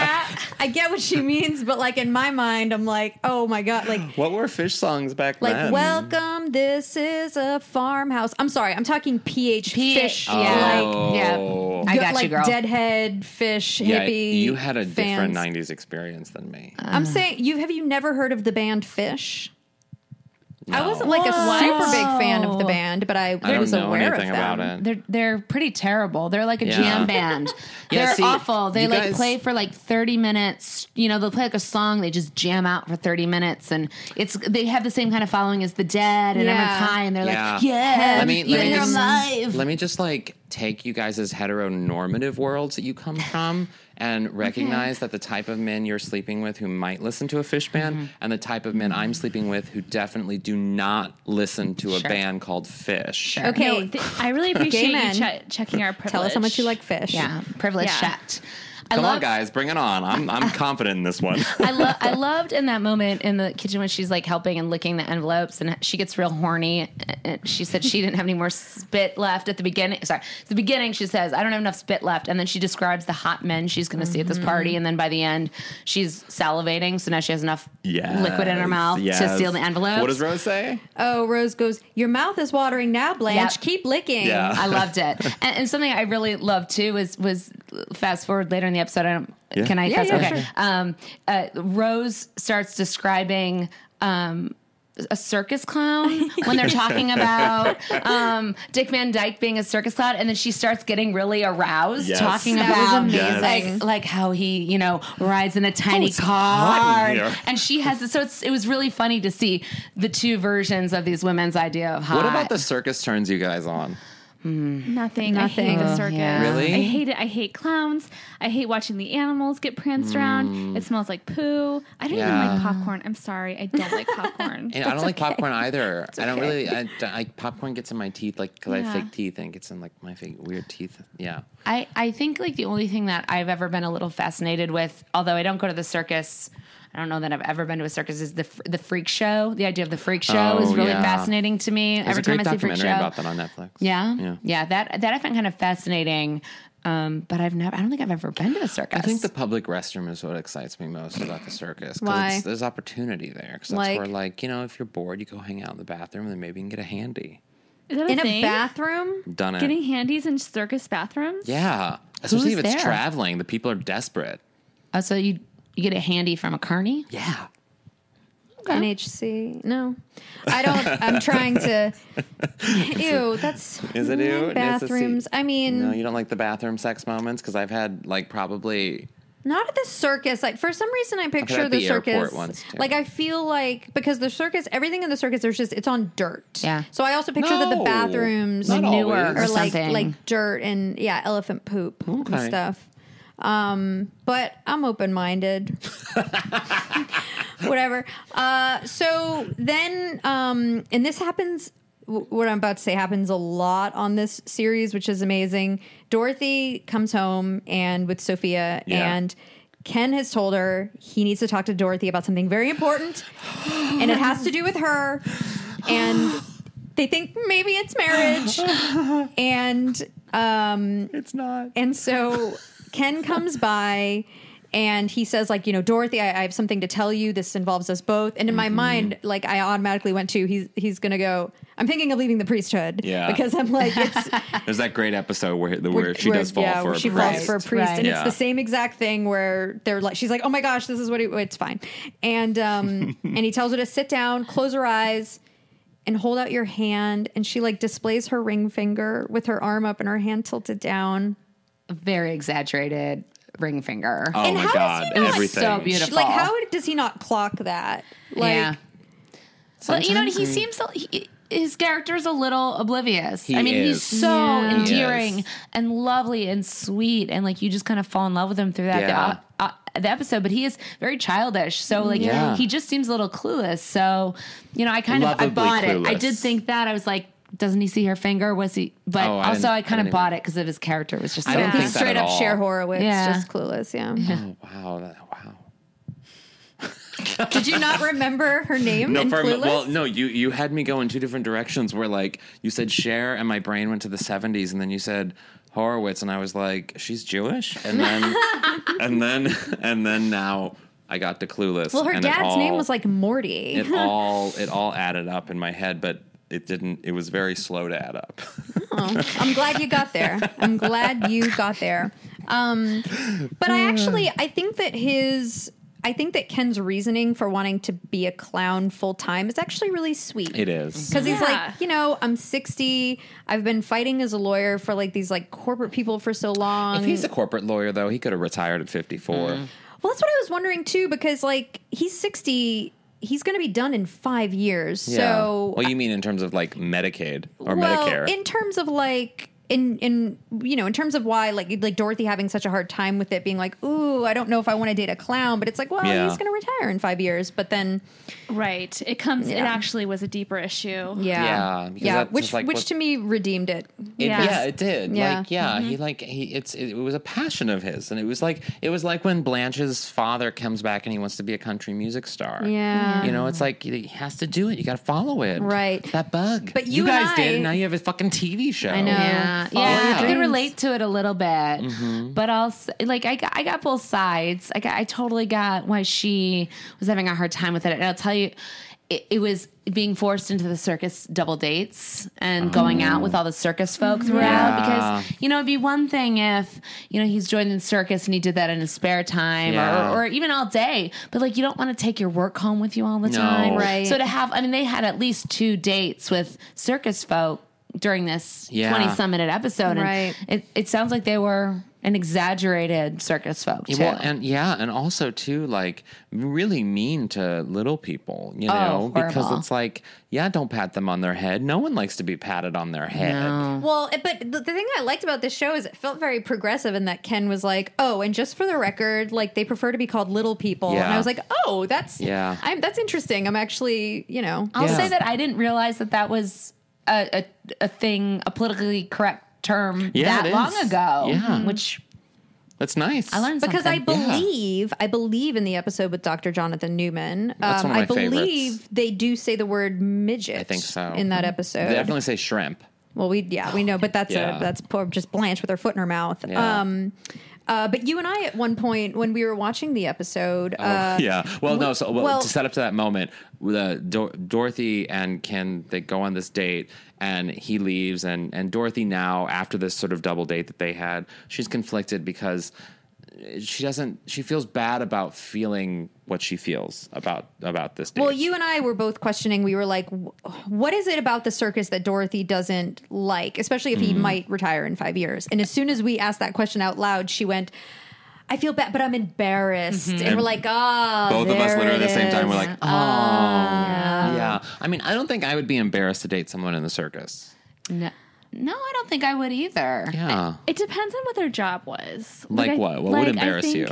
[SPEAKER 2] I get what she means, but like in my mind, I'm like, oh my god, like
[SPEAKER 3] What were fish songs back
[SPEAKER 2] like
[SPEAKER 3] then?
[SPEAKER 2] welcome, this is a farmhouse. I'm sorry, I'm talking ph fish,
[SPEAKER 5] yeah,
[SPEAKER 2] like
[SPEAKER 3] Oh.
[SPEAKER 5] yeah. I
[SPEAKER 2] go-
[SPEAKER 5] got
[SPEAKER 2] like
[SPEAKER 5] you, girl.
[SPEAKER 2] deadhead fish
[SPEAKER 3] Yeah,
[SPEAKER 2] hippie.
[SPEAKER 3] you had a different
[SPEAKER 2] fans.
[SPEAKER 3] '90s experience than me.
[SPEAKER 2] I'm saying you have you never heard of the band Fish? I
[SPEAKER 3] No.
[SPEAKER 2] wasn't like a
[SPEAKER 5] What?
[SPEAKER 2] super big fan of the band, but I,
[SPEAKER 3] I don't
[SPEAKER 2] was
[SPEAKER 3] know
[SPEAKER 2] aware of
[SPEAKER 3] anything
[SPEAKER 2] them.
[SPEAKER 3] about it.
[SPEAKER 5] They're they're pretty terrible. They're like a
[SPEAKER 3] Yeah. [LAUGHS]
[SPEAKER 5] jam band.
[SPEAKER 3] Yeah,
[SPEAKER 5] they're
[SPEAKER 3] see,
[SPEAKER 5] awful. They
[SPEAKER 3] you
[SPEAKER 5] like
[SPEAKER 3] guys-
[SPEAKER 5] play for like thirty minutes. You know, they'll play like a song. They just jam out for thirty minutes, and it's they have the same kind of following as the Dead, and
[SPEAKER 2] Yeah.
[SPEAKER 5] everyone's high, and they're like,
[SPEAKER 3] Yeah.
[SPEAKER 5] yeah,
[SPEAKER 3] Let me,
[SPEAKER 5] you
[SPEAKER 3] let, me
[SPEAKER 5] hear 'em
[SPEAKER 3] just,
[SPEAKER 5] live.
[SPEAKER 3] let me just like take you guys as heteronormative worlds that you
[SPEAKER 5] [LAUGHS]
[SPEAKER 3] come from and recognize that the type of men you're sleeping with who might listen to a fish band
[SPEAKER 5] Mm-hmm.
[SPEAKER 3] and the type of men I'm sleeping with who definitely do not listen to a band called Fish.
[SPEAKER 2] Okay,
[SPEAKER 4] No, th- I really appreciate you
[SPEAKER 2] men.
[SPEAKER 4] che- checking our privilege.
[SPEAKER 2] tell us how much you like Fish.
[SPEAKER 5] yeah, privilege
[SPEAKER 4] Yeah.
[SPEAKER 5] chat. I
[SPEAKER 3] Come on,
[SPEAKER 5] love
[SPEAKER 3] guys, bring it on.
[SPEAKER 5] [LAUGHS]
[SPEAKER 3] I'm, I'm confident in this one.
[SPEAKER 5] I, lo- I loved in that moment in the kitchen when she's like helping and licking the envelopes, and she gets real horny. And she said she didn't have any more spit left at the beginning. Sorry, at the beginning she says I don't have enough spit left, and then she describes the hot men she's going to see at this party, and then by the end she's salivating, so now she has enough
[SPEAKER 3] [LAUGHS] Yes,
[SPEAKER 5] liquid in her mouth to
[SPEAKER 3] yes.
[SPEAKER 5] seal the envelopes.
[SPEAKER 3] What does Rose say?
[SPEAKER 2] Oh, Rose goes, Your mouth is watering now, Blanche.
[SPEAKER 5] Yep.
[SPEAKER 2] Keep licking.
[SPEAKER 3] Yeah.
[SPEAKER 5] I loved it,
[SPEAKER 3] [LAUGHS]
[SPEAKER 5] and, and something I really loved too was was fast forward later in the episode. I don't,
[SPEAKER 3] Yeah.
[SPEAKER 5] Can I?
[SPEAKER 3] Yeah,
[SPEAKER 5] fast,
[SPEAKER 2] yeah,
[SPEAKER 5] okay.
[SPEAKER 2] sure.
[SPEAKER 5] Um, uh, Rose starts describing. Um, a circus clown when
[SPEAKER 3] [LAUGHS]
[SPEAKER 5] they're talking about um, Dick Van Dyke being a circus clown, and then she starts getting really aroused
[SPEAKER 3] Yes.
[SPEAKER 5] talking
[SPEAKER 3] That
[SPEAKER 2] was
[SPEAKER 5] about
[SPEAKER 2] amazing.
[SPEAKER 5] like like how he you know rides in a tiny
[SPEAKER 3] it's hot
[SPEAKER 5] car,
[SPEAKER 3] in here.
[SPEAKER 5] and she has so it's it was really funny to see the two versions of these women's idea of hot.
[SPEAKER 3] What about the circus turns you guys on?
[SPEAKER 4] Nothing. I
[SPEAKER 2] Nothing.
[SPEAKER 4] hate
[SPEAKER 2] Oh,
[SPEAKER 4] the circus.
[SPEAKER 5] yeah.
[SPEAKER 3] Really?
[SPEAKER 4] I hate it. I hate clowns. I hate watching the animals get pranced around. It smells like poo. I don't
[SPEAKER 3] Mm. Yeah.
[SPEAKER 4] even like popcorn. I'm sorry. I don't like
[SPEAKER 3] [LAUGHS]
[SPEAKER 4] popcorn.
[SPEAKER 3] And I don't like
[SPEAKER 5] [LAUGHS]
[SPEAKER 3] popcorn either. I don't really. I, I popcorn gets in my teeth, like because I
[SPEAKER 4] Yeah.
[SPEAKER 3] have fake teeth and it gets in like my fake weird teeth. Yeah.
[SPEAKER 5] I, I think like the only thing that I've ever been a little fascinated with, although I don't go to the circus, I don't know that I've ever been to a circus, is the f- the freak show. The idea of the freak show
[SPEAKER 3] Oh,
[SPEAKER 5] is really
[SPEAKER 3] yeah.
[SPEAKER 5] fascinating to me.
[SPEAKER 3] There's
[SPEAKER 5] Every
[SPEAKER 3] a great
[SPEAKER 5] time I see freak
[SPEAKER 3] documentary
[SPEAKER 5] show,
[SPEAKER 3] about that on Netflix.
[SPEAKER 5] yeah,
[SPEAKER 3] Yeah.
[SPEAKER 5] yeah, that that I find kind of fascinating. Um, but I've never, I don't think I've ever been to a circus.
[SPEAKER 3] I think the public restroom is what excites me most about the circus. 'cause
[SPEAKER 2] Why?
[SPEAKER 3] It's, there's opportunity there. Because that's where,
[SPEAKER 2] Like-
[SPEAKER 3] like, you know, if you're bored, you go hang out in the bathroom and then maybe you can get a handy.
[SPEAKER 4] Is that a
[SPEAKER 2] In a
[SPEAKER 4] thing?
[SPEAKER 2] bathroom?
[SPEAKER 3] Done it.
[SPEAKER 4] Getting handies in circus bathrooms?
[SPEAKER 3] yeah. Especially if
[SPEAKER 5] Who's
[SPEAKER 3] it's
[SPEAKER 5] there?
[SPEAKER 3] traveling, the people are desperate.
[SPEAKER 5] oh, so you you get a handy from a carny.
[SPEAKER 3] Yeah.
[SPEAKER 2] NHC?
[SPEAKER 3] [LAUGHS]
[SPEAKER 2] No. I don't. I'm trying to. Ew, that's.
[SPEAKER 3] Is it
[SPEAKER 2] I don't
[SPEAKER 3] you?
[SPEAKER 2] like Bathrooms. I mean,
[SPEAKER 3] no, you don't like the bathroom sex moments because I've had like probably
[SPEAKER 2] Not at the circus. Like for some reason, I picture
[SPEAKER 3] at
[SPEAKER 2] the,
[SPEAKER 3] the airport
[SPEAKER 2] circus.
[SPEAKER 3] once, too.
[SPEAKER 2] Like I feel like because the circus, everything in the circus, there's just it's on dirt.
[SPEAKER 5] Yeah.
[SPEAKER 2] So I also picture that the
[SPEAKER 3] No,
[SPEAKER 2] bathrooms
[SPEAKER 3] not
[SPEAKER 2] are
[SPEAKER 5] manure
[SPEAKER 3] always.
[SPEAKER 5] or
[SPEAKER 2] like
[SPEAKER 5] something.
[SPEAKER 2] like dirt and yeah, elephant poop
[SPEAKER 3] Okay.
[SPEAKER 2] and stuff. Um, but I'm open minded. Whatever. Uh, so then, um, and this happens. w- What I'm about to say happens a lot on this series, which is amazing. Dorothy comes home and with Sophia,
[SPEAKER 3] Yeah.
[SPEAKER 2] and Ken has told her he needs to talk to Dorothy about something very important, and it has to do with her. And they think maybe it's marriage, and um,
[SPEAKER 3] It's not.
[SPEAKER 2] and so Ken comes by and he says like you know dorothy I, I have something to tell you this involves us both and in
[SPEAKER 3] Mm-hmm.
[SPEAKER 2] my mind like i automatically went to he's he's gonna go i'm thinking of leaving the priesthood
[SPEAKER 3] Yeah.
[SPEAKER 2] because i'm like it's
[SPEAKER 3] There's that great episode where the [LAUGHS] where she does fall
[SPEAKER 2] yeah,
[SPEAKER 3] for
[SPEAKER 2] where
[SPEAKER 3] a
[SPEAKER 2] she falls
[SPEAKER 3] priest.
[SPEAKER 2] for a priest
[SPEAKER 5] Right.
[SPEAKER 2] and
[SPEAKER 3] Yeah.
[SPEAKER 2] it's the same exact thing where they're like she's like oh my gosh this is what it, it's fine
[SPEAKER 3] [LAUGHS]
[SPEAKER 2] and um and he tells her to sit down close her eyes and hold out your hand and she like displays her ring finger with her arm up and her hand tilted down
[SPEAKER 5] Very exaggerated ring finger.
[SPEAKER 3] Oh
[SPEAKER 2] And
[SPEAKER 3] my
[SPEAKER 2] how does
[SPEAKER 3] god,
[SPEAKER 2] he know it's
[SPEAKER 3] everything.
[SPEAKER 5] so beautiful.
[SPEAKER 2] like how does he not clock that like
[SPEAKER 5] yeah.
[SPEAKER 3] Sometimes
[SPEAKER 5] well, you know, he
[SPEAKER 3] I-
[SPEAKER 5] seems a- he, his character's a little oblivious.
[SPEAKER 3] He
[SPEAKER 5] I mean,
[SPEAKER 3] is.
[SPEAKER 5] he's so
[SPEAKER 2] Yeah. He
[SPEAKER 5] endearing
[SPEAKER 3] is.
[SPEAKER 5] and lovely and sweet, and like you just kind of fall in love with him through that
[SPEAKER 3] Yeah.
[SPEAKER 5] the, uh, uh, the episode. But he is very childish, so like
[SPEAKER 3] Yeah.
[SPEAKER 5] he just seems a little clueless. So you know, I kind of I
[SPEAKER 3] Lovably
[SPEAKER 5] bought it. I did
[SPEAKER 3] clueless.
[SPEAKER 5] think that I was like. Doesn't he see her finger? Was he? But
[SPEAKER 3] Oh, I
[SPEAKER 5] also,
[SPEAKER 3] didn't-
[SPEAKER 5] I,
[SPEAKER 3] I
[SPEAKER 5] kind
[SPEAKER 3] didn't
[SPEAKER 5] of bought it because of his character was just.
[SPEAKER 3] I
[SPEAKER 5] so
[SPEAKER 3] don't
[SPEAKER 2] he's
[SPEAKER 3] think that
[SPEAKER 2] straight
[SPEAKER 3] at
[SPEAKER 2] up
[SPEAKER 3] all.
[SPEAKER 2] Cher Horowitz,
[SPEAKER 5] Yeah.
[SPEAKER 2] just clueless. Yeah.
[SPEAKER 3] [LAUGHS] Oh, wow, that, wow.
[SPEAKER 2] [LAUGHS] Did you not remember her name?
[SPEAKER 3] No,
[SPEAKER 2] in
[SPEAKER 3] for a mi-
[SPEAKER 2] clueless?
[SPEAKER 3] well, no, you you had me go in two different directions. Where like you said Cher, and my brain went to the '70s, and then you said Horowitz, and I was like, she's Jewish, and
[SPEAKER 2] [LAUGHS]
[SPEAKER 3] then and then and then now I got to Clueless.
[SPEAKER 2] Well, her
[SPEAKER 3] and it
[SPEAKER 2] dad's name
[SPEAKER 3] all-
[SPEAKER 2] was like Morty.
[SPEAKER 3] it all it all added up in my head, but it didn't. It was very slow to add up.
[SPEAKER 2] [LAUGHS] I'm glad you got there. I'm glad you got there. Um, but I actually, I think that his, I think that Ken's reasoning for wanting to be a clown full time is actually really sweet.
[SPEAKER 3] It is.
[SPEAKER 2] Because he's
[SPEAKER 4] Yeah.
[SPEAKER 2] like, you know, I'm 60. I've been fighting as a lawyer for like these like corporate people for so long.
[SPEAKER 3] If he's a corporate lawyer, though, he could have retired at 54.
[SPEAKER 2] Mm. Well, that's what I was wondering too, because like he's 60, he's going to be done in five years. So,
[SPEAKER 3] well, you mean in terms of like Medicaid or
[SPEAKER 2] well,
[SPEAKER 3] Medicare?
[SPEAKER 2] in terms of like. In, in you know in terms of why like like Dorothy having such a hard time with it being like ooh I don't know if I want to date a clown but it's like well
[SPEAKER 3] Yeah.
[SPEAKER 2] he's gonna retire in five years but then
[SPEAKER 4] Right. It comes. It actually was a deeper issue.
[SPEAKER 3] Yeah,
[SPEAKER 2] yeah
[SPEAKER 3] because
[SPEAKER 2] yeah
[SPEAKER 3] that's
[SPEAKER 2] which
[SPEAKER 3] just, like,
[SPEAKER 2] which
[SPEAKER 3] what-
[SPEAKER 2] to me redeemed it
[SPEAKER 3] It-
[SPEAKER 4] Yeah.
[SPEAKER 3] yeah, it did.
[SPEAKER 2] Yeah. Mm-hmm.
[SPEAKER 3] Like, yeah, he like he. It's it, was a passion of his, and it was like it was like when Blanche's father comes back and he wants to be a country music star.
[SPEAKER 2] Yeah.
[SPEAKER 3] you know, it's like he has to do it. You got to follow it.
[SPEAKER 2] Right.
[SPEAKER 3] It's that bug.
[SPEAKER 2] But you and
[SPEAKER 3] guys did,
[SPEAKER 2] I-
[SPEAKER 3] and now you have a fucking TV show. I
[SPEAKER 2] know.
[SPEAKER 5] Yeah,
[SPEAKER 2] Follow
[SPEAKER 5] yeah,
[SPEAKER 2] your
[SPEAKER 5] I can
[SPEAKER 2] dreams.
[SPEAKER 5] relate to it a little bit,
[SPEAKER 3] Mm-hmm.
[SPEAKER 5] but also like I, got- I got both sides. I got, I totally got why she was having a hard time with it, and I'll tell you, it, it was being forced into the circus double dates and going out with all the circus folk throughout
[SPEAKER 3] Mm-hmm. Yeah.
[SPEAKER 5] because you know it'd be one thing if you know he's joined the circus and he did that in his spare time
[SPEAKER 3] Yeah.
[SPEAKER 5] or, or even all day, but like you don't want to take your work home with you all the
[SPEAKER 3] No.
[SPEAKER 5] time,
[SPEAKER 2] Right.
[SPEAKER 5] So to have, I mean, they had at least two dates with circus folk during this
[SPEAKER 3] Yeah.
[SPEAKER 5] 20 some minute episode. And
[SPEAKER 2] Right.
[SPEAKER 5] It, it sounds like they were an exaggerated circus folk. Too.
[SPEAKER 3] Well, and yeah, and also too, like really mean to little people, you know,
[SPEAKER 5] Oh,
[SPEAKER 3] because
[SPEAKER 5] horrible.
[SPEAKER 3] it's like, yeah, don't pat them on their head. No one likes to be patted on their head.
[SPEAKER 2] Well, it- but the, the thing I liked about this show is it felt very progressive in that Ken was like, "Oh, and just for the record, like they prefer to be called little people." And
[SPEAKER 3] Yeah.
[SPEAKER 2] I was like, "Oh, that's
[SPEAKER 3] Yeah.
[SPEAKER 2] I'm that's interesting. I'm actually, you know,
[SPEAKER 5] I'll
[SPEAKER 3] Yeah.
[SPEAKER 5] say that I didn't realize that that was a, a, a thing, a politically correct term
[SPEAKER 3] Yeah, it
[SPEAKER 5] that long
[SPEAKER 3] is.
[SPEAKER 5] ago.
[SPEAKER 3] Yeah.
[SPEAKER 5] Which
[SPEAKER 3] That's nice.
[SPEAKER 5] I learned
[SPEAKER 2] because I
[SPEAKER 5] something.
[SPEAKER 2] believe I believe in the episode with Dr. Jonathan Newman. Um,
[SPEAKER 3] That's one of
[SPEAKER 2] I
[SPEAKER 3] my
[SPEAKER 2] believe
[SPEAKER 3] favorites.
[SPEAKER 2] they do say the word midget.
[SPEAKER 3] I think so.
[SPEAKER 2] in that episode.
[SPEAKER 3] They definitely say shrimp.
[SPEAKER 2] Well, we yeah we know, but that's
[SPEAKER 3] Yeah.
[SPEAKER 2] a, that's poor, just Blanche with her foot in her mouth.
[SPEAKER 3] Yeah.
[SPEAKER 2] Um, uh, but you and I at one point when we were watching the episode,
[SPEAKER 3] Oh,
[SPEAKER 2] uh,
[SPEAKER 3] [LAUGHS] yeah. Well, no. So well,
[SPEAKER 2] well-
[SPEAKER 3] to set up to that moment, the Dor- Dorothy and Ken they go on this date, and he leaves, and and Dorothy now after this sort of double date that they had, she's conflicted because she doesn't she feels bad about feeling what she feels about about this date.
[SPEAKER 2] Well, you and I were both questioning. We were like, "Wh- what is it about the circus that Dorothy doesn't like, especially if he
[SPEAKER 3] Mm-hmm.
[SPEAKER 2] might retire in five years? And as soon as we asked that question out loud, she went, I feel bad, but I'm embarrassed. And, we're like, ah,
[SPEAKER 3] Mm-hmm. both of us
[SPEAKER 2] there
[SPEAKER 3] literally at
[SPEAKER 2] it
[SPEAKER 3] the same time
[SPEAKER 2] is."
[SPEAKER 3] were like, oh, yeah. I mean, I don't think I would be embarrassed to date someone in the circus.
[SPEAKER 5] No, no, I don't think I would either.
[SPEAKER 3] Yeah.
[SPEAKER 4] It depends on what their job was.
[SPEAKER 3] Like
[SPEAKER 4] I-
[SPEAKER 3] what? What would embarrass you?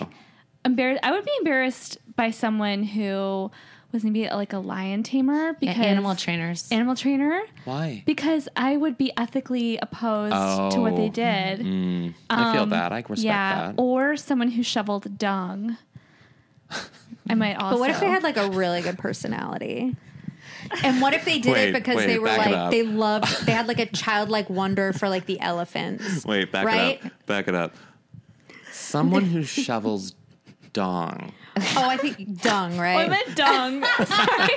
[SPEAKER 4] Embarrassed. I would be embarrassed by someone who was maybe like a lion tamer
[SPEAKER 5] A-
[SPEAKER 4] because
[SPEAKER 5] Animal trainers.
[SPEAKER 4] Animal trainer.
[SPEAKER 3] Why?
[SPEAKER 4] Because I would be ethically opposed to what
[SPEAKER 3] Oh.
[SPEAKER 4] they did. Um,
[SPEAKER 3] I
[SPEAKER 2] um,
[SPEAKER 3] feel that. I respect
[SPEAKER 4] yeah.
[SPEAKER 3] that.
[SPEAKER 4] Or someone who shoveled dung. I might also.
[SPEAKER 2] But what if they had like a really good personality? And what if they did
[SPEAKER 3] Wait,
[SPEAKER 2] it because
[SPEAKER 3] wait,
[SPEAKER 2] they were
[SPEAKER 3] back it
[SPEAKER 2] like
[SPEAKER 3] up.
[SPEAKER 2] they loved they
[SPEAKER 3] [LAUGHS]
[SPEAKER 2] had like a childlike wonder for like the elephants.
[SPEAKER 3] Wait, back
[SPEAKER 2] right?
[SPEAKER 3] it up. Back it up. Someone who shovels dong.
[SPEAKER 2] Oh,
[SPEAKER 3] [LAUGHS]
[SPEAKER 2] I think dung, right? [LAUGHS]
[SPEAKER 4] meant dung. [LAUGHS] Sorry.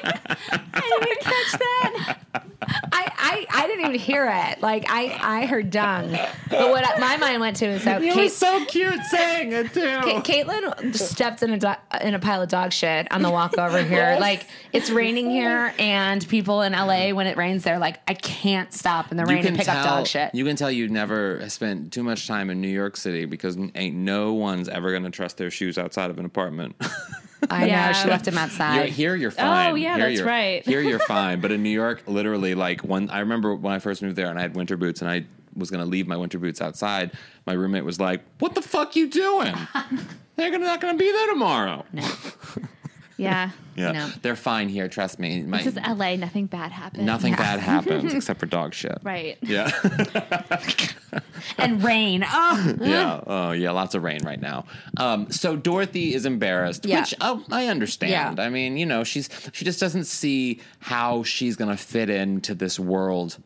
[SPEAKER 4] I didn't catch that.
[SPEAKER 6] I, I, I didn't even hear it. Like I, I heard dung, but what I- my mind went to is that
[SPEAKER 3] It
[SPEAKER 6] Kate,
[SPEAKER 3] was so cute saying it too.
[SPEAKER 6] Ka- Caitlin stepped in a do- in a pile of dog shit on the walk over here. Like it's raining here, and people in LA when it rains, they're like, I can't stop in the rain and pick up dog shit.
[SPEAKER 3] You can tell you never spent too much time in New York City because n- ain't no one's ever gonna trust their shoes outside of an apartment. [LAUGHS]
[SPEAKER 6] I
[SPEAKER 4] Yeah.
[SPEAKER 6] know she left him
[SPEAKER 3] You're,
[SPEAKER 6] outside.
[SPEAKER 3] here you're fine.
[SPEAKER 4] yeah,
[SPEAKER 3] Here
[SPEAKER 4] that's
[SPEAKER 3] you're-
[SPEAKER 4] right.
[SPEAKER 3] Here you're fine. But in New York, literally, like one, I remember when I first moved there and I had winter boots and I was gonna leave my winter boots outside. My roommate was like, "What the fuck you doing? They're gonna, not gonna be there tomorrow."
[SPEAKER 4] Yeah.
[SPEAKER 3] Yeah,
[SPEAKER 5] No.
[SPEAKER 3] they're fine here. Trust me. My-
[SPEAKER 4] This is LA. Nothing bad happened.
[SPEAKER 3] nothing bad happens except for dog shit.
[SPEAKER 4] Right.
[SPEAKER 3] Yeah.
[SPEAKER 5] and
[SPEAKER 3] [LAUGHS]
[SPEAKER 5] rain. Oh,
[SPEAKER 3] yeah. Oh, yeah. Lots of rain right now. Um, so Dorothy is embarrassed,
[SPEAKER 2] Yeah.
[SPEAKER 3] which oh, I understand. I mean, you know, she's she just doesn't see how she's gonna fit into this world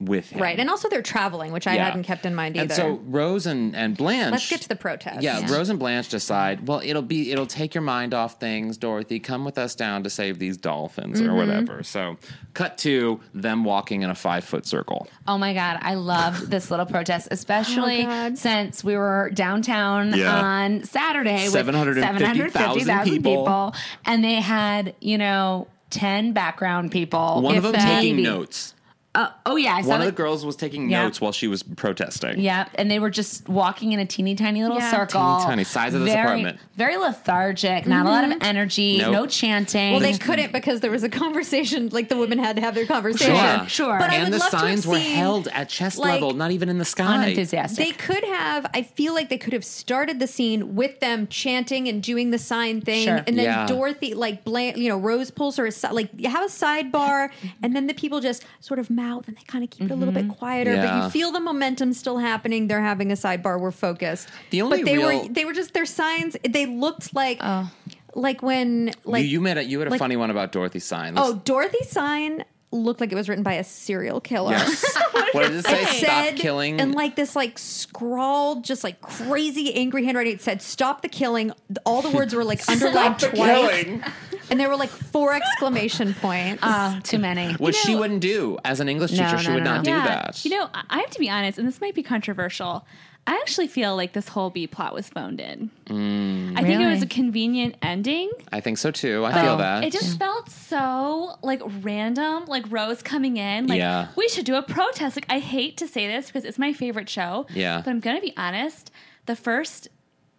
[SPEAKER 3] with him.
[SPEAKER 2] Right. And also they're traveling, which I
[SPEAKER 3] Yeah.
[SPEAKER 2] hadn't kept in mind either.
[SPEAKER 3] And so Rose and, and Blanche.
[SPEAKER 2] Let's get to the protest.
[SPEAKER 3] Yeah, Rose and Blanche decide. Well, it'll be it'll take your mind off things. Dorothy, come with us down to save these dolphins or whatever. So, cut to them walking in a five foot circle.
[SPEAKER 5] oh my God. I loved this little protest, especially since we were downtown
[SPEAKER 3] Yeah.
[SPEAKER 5] on Saturday with
[SPEAKER 3] 750,000 people.
[SPEAKER 5] And they had, you know, 10 background people.
[SPEAKER 3] One of them
[SPEAKER 5] if that.
[SPEAKER 3] taking
[SPEAKER 5] Maybe.
[SPEAKER 3] notes.
[SPEAKER 5] Uh, oh, yeah. I saw
[SPEAKER 3] One of
[SPEAKER 5] the-
[SPEAKER 3] the girls was taking
[SPEAKER 5] Yeah.
[SPEAKER 3] notes while she was protesting.
[SPEAKER 5] Yeah, and they were just walking in a teeny tiny little
[SPEAKER 4] Yeah.
[SPEAKER 5] circle.
[SPEAKER 3] Teeny tiny, size of this
[SPEAKER 5] very,
[SPEAKER 3] apartment.
[SPEAKER 5] Very lethargic, not a lot of energy,
[SPEAKER 3] Nope.
[SPEAKER 5] no chanting.
[SPEAKER 2] Well, they couldn't because there was a conversation. Like the women had to have their conversation.
[SPEAKER 3] Yeah.
[SPEAKER 5] sure.
[SPEAKER 2] But I
[SPEAKER 3] and
[SPEAKER 2] would
[SPEAKER 3] the
[SPEAKER 2] love to have
[SPEAKER 3] signs were
[SPEAKER 2] seen,
[SPEAKER 3] held at chest
[SPEAKER 2] like,
[SPEAKER 3] level, not even in the sky.
[SPEAKER 5] unenthusiastic.
[SPEAKER 2] They could have. I feel like they could have started the scene with them chanting and doing the sign thing,
[SPEAKER 5] Sure.
[SPEAKER 2] and then
[SPEAKER 3] Yeah.
[SPEAKER 2] Dorothy, like, blan- you know, Rose pulls her aside, like, you have
[SPEAKER 3] [LAUGHS]
[SPEAKER 2] a sidebar, and then the people just sort of mouth and they kind of keep it a little bit quieter, but
[SPEAKER 3] Mm-hmm. Yeah.
[SPEAKER 2] you feel the momentum still happening. They're having a sidebar. We're focused.
[SPEAKER 3] The only
[SPEAKER 2] but they
[SPEAKER 3] real- Oh.
[SPEAKER 2] were they were just their signs. They looked like like when like
[SPEAKER 3] you, you made a you had a
[SPEAKER 2] like-
[SPEAKER 3] funny one about Dorothy's sign.
[SPEAKER 2] oh Dorothy's sign looked like it was written by a serial killer.
[SPEAKER 3] Yes.
[SPEAKER 2] [LAUGHS]
[SPEAKER 3] what did it say?
[SPEAKER 2] It
[SPEAKER 3] Stop killing.
[SPEAKER 2] and like this like scrawled just like crazy angry handwriting it said stop the killing all the words
[SPEAKER 3] [LAUGHS]
[SPEAKER 2] were like underlined twice and there were like four exclamation points
[SPEAKER 5] Oh, too many.
[SPEAKER 3] Which she wouldn't do as an English teacher.
[SPEAKER 5] No,
[SPEAKER 3] she
[SPEAKER 5] no,
[SPEAKER 3] would
[SPEAKER 5] no,
[SPEAKER 3] not
[SPEAKER 5] no.
[SPEAKER 3] do
[SPEAKER 4] Yeah.
[SPEAKER 3] that.
[SPEAKER 4] You know, I I have to be honest, and this might be controversial. I actually feel like this whole B plot was phoned in.
[SPEAKER 3] Mm.
[SPEAKER 4] I think it
[SPEAKER 5] Really?
[SPEAKER 4] was a convenient ending.
[SPEAKER 3] I think so too. I feel that.
[SPEAKER 4] It just felt so like random, like Rose coming in, like
[SPEAKER 3] Yeah.
[SPEAKER 4] we should do a protest. Like I hate to say this because it's my favorite show.
[SPEAKER 3] Yeah.
[SPEAKER 4] But I'm gonna be honest, the first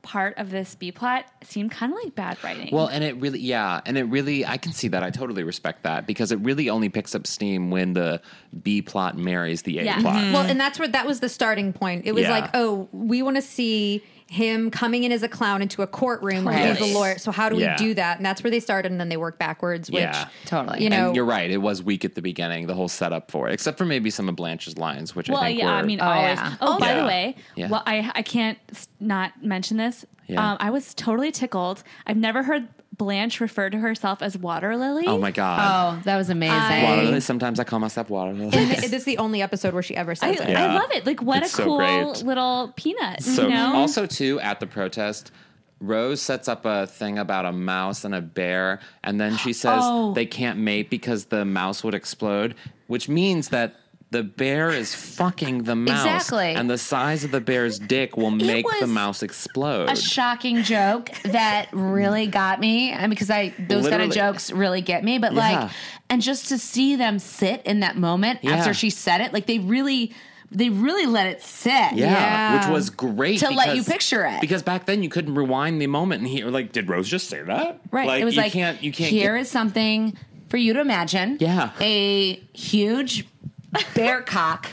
[SPEAKER 4] part of this B plot seemed kinda like bad writing.
[SPEAKER 3] Well, and it really, yeah, and it really, I can see that. I totally respect that because it really only picks up steam when the B plot marries the A
[SPEAKER 4] Yeah. Mm-hmm.
[SPEAKER 3] plot.
[SPEAKER 2] Mm. well and that's where that was the starting point it was
[SPEAKER 3] Yeah.
[SPEAKER 2] like oh we want to see him coming in as a clown into a courtroom like
[SPEAKER 3] Yes.
[SPEAKER 2] he's a lawyer so how do
[SPEAKER 3] Yeah.
[SPEAKER 2] we do that and that's where they started and then they work backwards which
[SPEAKER 3] Yeah.
[SPEAKER 5] Totally.
[SPEAKER 2] you know
[SPEAKER 3] and you're right. It was weak at the beginning, the whole setup for it, except for maybe some of Blanche's lines, which
[SPEAKER 4] Well,
[SPEAKER 3] I think
[SPEAKER 4] yeah,
[SPEAKER 3] were.
[SPEAKER 4] I mean,
[SPEAKER 5] Oh,
[SPEAKER 4] always.
[SPEAKER 5] yeah.
[SPEAKER 4] Oh, by
[SPEAKER 3] Yeah.
[SPEAKER 4] the way,
[SPEAKER 3] Yeah.
[SPEAKER 4] well, I I can't s- not mention this.
[SPEAKER 3] Yeah.
[SPEAKER 4] Um, I was totally tickled. I've never heard Blanche refer to herself as water lily.
[SPEAKER 3] oh my god,
[SPEAKER 5] Oh, that was amazing.
[SPEAKER 3] water lily. Sometimes I call myself water
[SPEAKER 4] [LAUGHS]
[SPEAKER 3] lily.
[SPEAKER 2] this is the only episode where she ever
[SPEAKER 4] I,
[SPEAKER 2] says it
[SPEAKER 3] Yeah.
[SPEAKER 4] I love it. Like, what
[SPEAKER 3] It's
[SPEAKER 4] a
[SPEAKER 3] so
[SPEAKER 4] cool
[SPEAKER 3] great.
[SPEAKER 4] little peanut.
[SPEAKER 3] So
[SPEAKER 4] you know?
[SPEAKER 3] also too at the protest, Rose sets up a thing about a mouse and a bear, and then she says
[SPEAKER 4] Oh.
[SPEAKER 3] they can't mate because the mouse would explode, which means that the bear is fucking the mouse,
[SPEAKER 5] Exactly.
[SPEAKER 3] and the size of the bear's dick will make the
[SPEAKER 5] was
[SPEAKER 3] mouse explode.
[SPEAKER 5] a shocking joke that really got me. I mean, because I those kind
[SPEAKER 3] Literally.
[SPEAKER 5] of jokes really get me. But
[SPEAKER 3] Yeah.
[SPEAKER 5] like, and just to see them sit in that moment
[SPEAKER 3] Yeah.
[SPEAKER 5] after she said it, like they really, they really let it sit.
[SPEAKER 3] yeah,
[SPEAKER 2] Yeah.
[SPEAKER 3] which was great
[SPEAKER 5] To let you picture it.
[SPEAKER 3] because back then you couldn't rewind the moment and hear like, did Rose just say that?
[SPEAKER 5] Right.
[SPEAKER 3] Like,
[SPEAKER 5] it was
[SPEAKER 3] you
[SPEAKER 5] like
[SPEAKER 3] can't you can't
[SPEAKER 5] Here
[SPEAKER 3] get-
[SPEAKER 5] is something for you to imagine.
[SPEAKER 3] Yeah.
[SPEAKER 5] A huge bear cock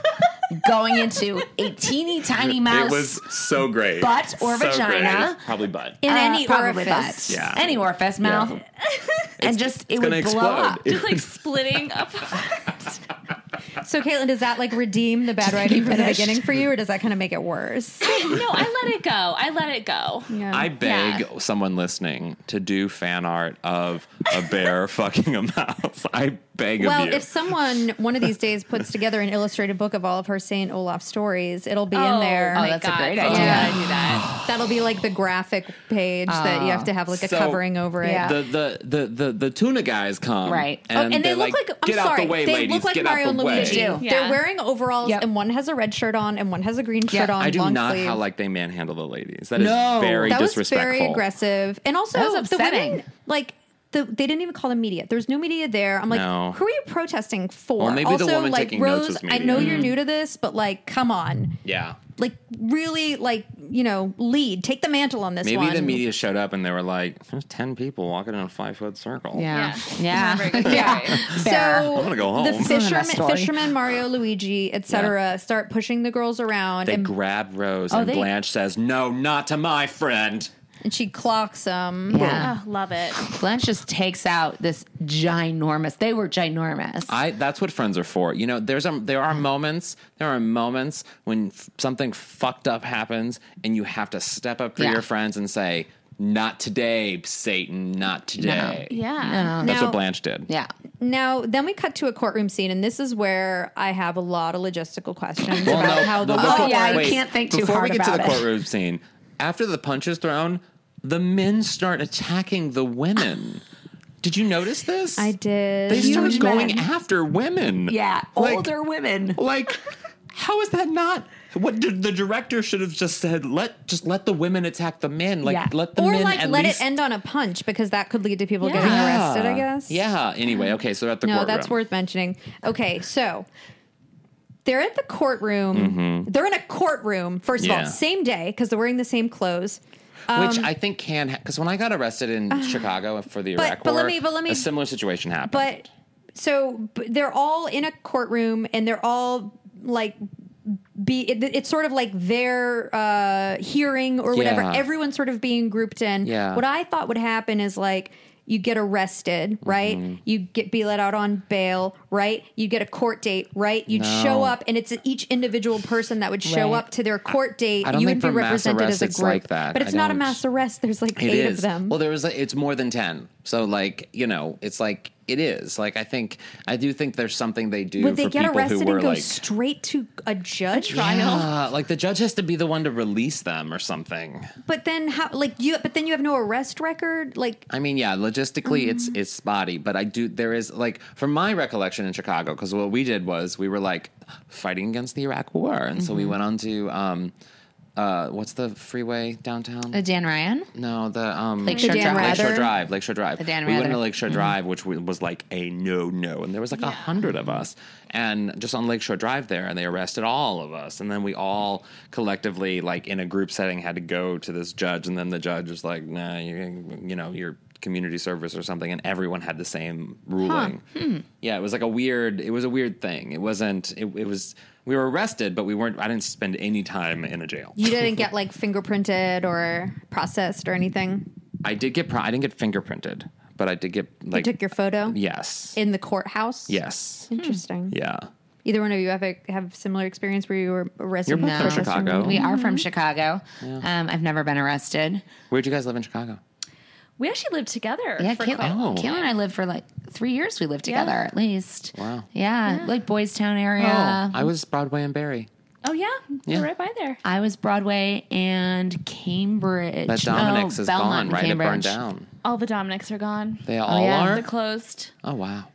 [SPEAKER 5] going into a teeny tiny mouse.
[SPEAKER 3] It was so great.
[SPEAKER 5] butt or
[SPEAKER 3] So
[SPEAKER 5] vagina.
[SPEAKER 3] great. probably butt.
[SPEAKER 2] in
[SPEAKER 5] uh,
[SPEAKER 2] any
[SPEAKER 5] probably
[SPEAKER 2] orifice
[SPEAKER 5] butt.
[SPEAKER 3] Yeah.
[SPEAKER 5] Any orifice mouth. and just it would blow up.
[SPEAKER 3] [LAUGHS]
[SPEAKER 4] just like splitting up.
[SPEAKER 2] so caitlin does that like redeem the bad writing from the beginning for you or does that kind of make it worse
[SPEAKER 4] [LAUGHS] no, I let it go. I let it go.
[SPEAKER 3] I beg someone listening to do fan art of a
[SPEAKER 2] [LAUGHS]
[SPEAKER 3] bear fucking a mouse. I beg
[SPEAKER 2] Well,
[SPEAKER 3] of you.
[SPEAKER 2] if someone one of these days puts together an illustrated book of all of her Saint Olaf stories, it'll be in there.
[SPEAKER 5] Oh, that's a great idea.
[SPEAKER 2] Yeah.
[SPEAKER 4] I do that.
[SPEAKER 2] That'll be like the graphic page that you have to have like a
[SPEAKER 3] Ah. So-
[SPEAKER 2] covering over it.
[SPEAKER 6] Yeah.
[SPEAKER 3] the, the the the the tuna guys come
[SPEAKER 5] Right.
[SPEAKER 2] Oh,
[SPEAKER 3] and,
[SPEAKER 2] they
[SPEAKER 3] they're
[SPEAKER 2] look like, I'm
[SPEAKER 3] get
[SPEAKER 2] sorry,
[SPEAKER 3] out the way,
[SPEAKER 2] they
[SPEAKER 3] ladies,
[SPEAKER 2] look like
[SPEAKER 3] get
[SPEAKER 2] Mario
[SPEAKER 3] out
[SPEAKER 2] and
[SPEAKER 3] the
[SPEAKER 2] Luigi.
[SPEAKER 3] way.
[SPEAKER 5] do.
[SPEAKER 2] They're
[SPEAKER 4] Yeah.
[SPEAKER 2] wearing overalls,
[SPEAKER 6] Yep.
[SPEAKER 2] and one has a red shirt on, and one has a green shirt on.
[SPEAKER 3] I do
[SPEAKER 2] long
[SPEAKER 3] not
[SPEAKER 2] sleeve.
[SPEAKER 3] how like they manhandle the ladies. That is
[SPEAKER 6] No.
[SPEAKER 3] very
[SPEAKER 2] that was
[SPEAKER 3] disrespectful.
[SPEAKER 2] very aggressive, and also
[SPEAKER 6] That was
[SPEAKER 2] the women
[SPEAKER 6] upsetting.
[SPEAKER 2] like. The, they didn't even call the media. There's no media there. I'm like,
[SPEAKER 3] No.
[SPEAKER 2] who are you protesting for?
[SPEAKER 3] Well, maybe the
[SPEAKER 2] also,
[SPEAKER 3] woman
[SPEAKER 2] like
[SPEAKER 3] taking
[SPEAKER 2] Rose,
[SPEAKER 3] notes was
[SPEAKER 2] I
[SPEAKER 3] media.
[SPEAKER 2] know
[SPEAKER 3] Mm-hmm.
[SPEAKER 2] you're new to this, but like, come on,
[SPEAKER 3] Yeah.
[SPEAKER 2] like really, like you know, lead, take the mantle on this
[SPEAKER 3] Maybe
[SPEAKER 2] one.
[SPEAKER 3] the media showed up and they were like, "There's ten people walking in a five foot circle."
[SPEAKER 5] Yeah.
[SPEAKER 6] Yeah.
[SPEAKER 4] Not very good. Yeah.
[SPEAKER 2] So
[SPEAKER 3] I'm gonna go
[SPEAKER 2] the
[SPEAKER 3] home.
[SPEAKER 2] fisherman,
[SPEAKER 6] Another story.
[SPEAKER 2] fisherman Mario, Luigi, etc., start pushing the girls around,
[SPEAKER 3] They
[SPEAKER 2] and,
[SPEAKER 3] grab Rose and
[SPEAKER 5] they-
[SPEAKER 3] Blanche says, "No, not to my friend."
[SPEAKER 2] and she clocks them.
[SPEAKER 6] Yeah.
[SPEAKER 4] Oh, love it.
[SPEAKER 6] Blanche just takes out this ginormous. They were ginormous.
[SPEAKER 3] I that's what friends are for. You know, there's a there are moments, there are moments when f- something fucked up happens and you have to step up for
[SPEAKER 6] Yeah.
[SPEAKER 3] your friends and say, "Not today, Satan, not today."
[SPEAKER 4] Yeah.
[SPEAKER 3] That's
[SPEAKER 2] Now-
[SPEAKER 3] what Blanche did.
[SPEAKER 6] yeah.
[SPEAKER 2] Now, then we cut to a courtroom scene, and this is where I have a lot of logistical questions
[SPEAKER 3] Well,
[SPEAKER 2] about
[SPEAKER 3] no,
[SPEAKER 2] how the
[SPEAKER 3] no,
[SPEAKER 2] law
[SPEAKER 3] before-
[SPEAKER 6] Oh, yeah, you
[SPEAKER 2] works.
[SPEAKER 3] wait,
[SPEAKER 6] can't think too
[SPEAKER 3] before
[SPEAKER 6] hard
[SPEAKER 3] we get to
[SPEAKER 6] about
[SPEAKER 3] the
[SPEAKER 6] it.
[SPEAKER 3] courtroom scene, after the punch is thrown, the men start attacking the women. did you notice this?
[SPEAKER 2] I did.
[SPEAKER 3] They start
[SPEAKER 6] Huge
[SPEAKER 3] going
[SPEAKER 6] men.
[SPEAKER 3] after women.
[SPEAKER 6] Yeah.
[SPEAKER 3] Like-
[SPEAKER 6] Older women.
[SPEAKER 3] Like, how is that not? What did, the director should have just said? Let just let the women attack the men. Like
[SPEAKER 6] Yeah.
[SPEAKER 3] let the
[SPEAKER 2] or
[SPEAKER 3] men
[SPEAKER 2] like
[SPEAKER 3] at
[SPEAKER 2] let
[SPEAKER 3] least-
[SPEAKER 2] it end on a punch because that could lead to people getting
[SPEAKER 4] Yeah.
[SPEAKER 2] arrested. I guess.
[SPEAKER 3] Yeah. Anyway, okay. So they're at the
[SPEAKER 2] No,
[SPEAKER 3] courtroom.
[SPEAKER 2] that's worth mentioning. Okay, so they're at the courtroom. They're in a courtroom. First of
[SPEAKER 3] Mm-hmm. Yeah.
[SPEAKER 2] all, same day because they're we're wearing the same clothes.
[SPEAKER 3] Which
[SPEAKER 2] um,
[SPEAKER 3] I think can because when I got arrested in
[SPEAKER 2] [SIGHS]
[SPEAKER 3] Chicago for the
[SPEAKER 2] but-
[SPEAKER 3] Iraq
[SPEAKER 2] but
[SPEAKER 3] War,
[SPEAKER 2] let me- but let me-
[SPEAKER 3] a similar situation happened.
[SPEAKER 2] but so b- they're all in a courtroom and they're all like be it, it's sort of like their uh hearing or whatever
[SPEAKER 3] Yeah.
[SPEAKER 2] everyone's sort of being grouped in
[SPEAKER 3] Yeah.
[SPEAKER 2] what i thought would happen is like you get arrested
[SPEAKER 3] Mm-hmm.
[SPEAKER 2] right you get be let out on bail right you get a court date right you'd show
[SPEAKER 3] No.
[SPEAKER 2] up and it's each individual person that would show
[SPEAKER 6] Right.
[SPEAKER 2] up to their court date
[SPEAKER 3] I don't
[SPEAKER 2] you
[SPEAKER 3] think
[SPEAKER 2] would be
[SPEAKER 3] for mass
[SPEAKER 2] represented
[SPEAKER 3] arrest
[SPEAKER 2] as a
[SPEAKER 3] it's
[SPEAKER 2] group
[SPEAKER 3] like that.
[SPEAKER 2] but it's
[SPEAKER 3] I
[SPEAKER 2] not a
[SPEAKER 3] don't-
[SPEAKER 2] mass arrest there's like
[SPEAKER 3] It is.
[SPEAKER 2] eight of them
[SPEAKER 3] Well, there was like, it's more than 10. So like, you know, it's like it is. Like I think I do think there's something they do
[SPEAKER 2] would
[SPEAKER 3] for
[SPEAKER 2] they get
[SPEAKER 3] people who
[SPEAKER 2] arrested
[SPEAKER 3] were
[SPEAKER 2] and go
[SPEAKER 3] like
[SPEAKER 2] straight to a judge
[SPEAKER 3] Yeah, like the judge has to be the one to release them or something.
[SPEAKER 2] But then how like you but then you have no arrest record? Like
[SPEAKER 3] I mean, yeah, logistically it's
[SPEAKER 2] Mm.
[SPEAKER 3] it's spotty, but I do there is like from my recollection in Chicago because what we did was we were like fighting against the Iraq War, and so we
[SPEAKER 2] Mm-hmm.
[SPEAKER 3] went on to um, uh, what's the freeway downtown?
[SPEAKER 2] Uh,
[SPEAKER 6] The Dan Ryan.
[SPEAKER 3] No, the um,
[SPEAKER 6] Lakeshore
[SPEAKER 2] Dan Drive.
[SPEAKER 3] Lakeshore
[SPEAKER 2] Rather.
[SPEAKER 3] Drive, Lakeshore Drive.
[SPEAKER 6] The Dan
[SPEAKER 3] we went
[SPEAKER 6] Rather.
[SPEAKER 3] to Lakeshore Drive, which w- was like a no no, and there was like a hundred of us, and just on Lakeshore Drive there, and they arrested all of us, and then we all collectively, like in a group setting, had to go to this judge, and then the judge was like, "Nah, you, you know, you're." community service or something and everyone had the same ruling yeah it was like a weird it was a weird thing it wasn't it, it was we were arrested but we weren't i didn't spend any time in a jail
[SPEAKER 2] you didn't get like fingerprinted or processed or anything.
[SPEAKER 3] I did get pro- I didn't get fingerprinted, but I did get
[SPEAKER 2] You
[SPEAKER 3] like
[SPEAKER 2] took your photo
[SPEAKER 3] yes.
[SPEAKER 2] in the courthouse.
[SPEAKER 3] yes. Hmm.
[SPEAKER 2] Interesting.
[SPEAKER 3] Yeah.
[SPEAKER 2] Either one of you have a, have similar experience where you were arrested.
[SPEAKER 3] You're both
[SPEAKER 2] for
[SPEAKER 3] from
[SPEAKER 2] possession?
[SPEAKER 3] Chicago.
[SPEAKER 6] We are from Chicago. Um, I've never been arrested.
[SPEAKER 3] Where'd you guys live in Chicago?
[SPEAKER 4] We actually lived together.
[SPEAKER 6] Yeah,
[SPEAKER 4] for
[SPEAKER 6] Kayla,
[SPEAKER 4] quite-
[SPEAKER 3] Oh.
[SPEAKER 6] Kayla and I lived for like three years. We lived together at least.
[SPEAKER 3] Wow.
[SPEAKER 6] Yeah, like Boys Town area.
[SPEAKER 3] Oh, I was Broadway and Barry.
[SPEAKER 4] Oh yeah,
[SPEAKER 3] Yeah.
[SPEAKER 4] You're right by there.
[SPEAKER 6] I was Broadway and Cambridge.
[SPEAKER 3] But Dominic's
[SPEAKER 6] No,
[SPEAKER 5] Oh,
[SPEAKER 3] is
[SPEAKER 6] oh, Belmont
[SPEAKER 3] gone,
[SPEAKER 6] and
[SPEAKER 3] right? It burned
[SPEAKER 6] Cambridge. Oh,
[SPEAKER 3] down.
[SPEAKER 4] All the Dominics are gone.
[SPEAKER 3] They all
[SPEAKER 6] yeah.
[SPEAKER 3] are.
[SPEAKER 4] They're closed.
[SPEAKER 3] Oh wow.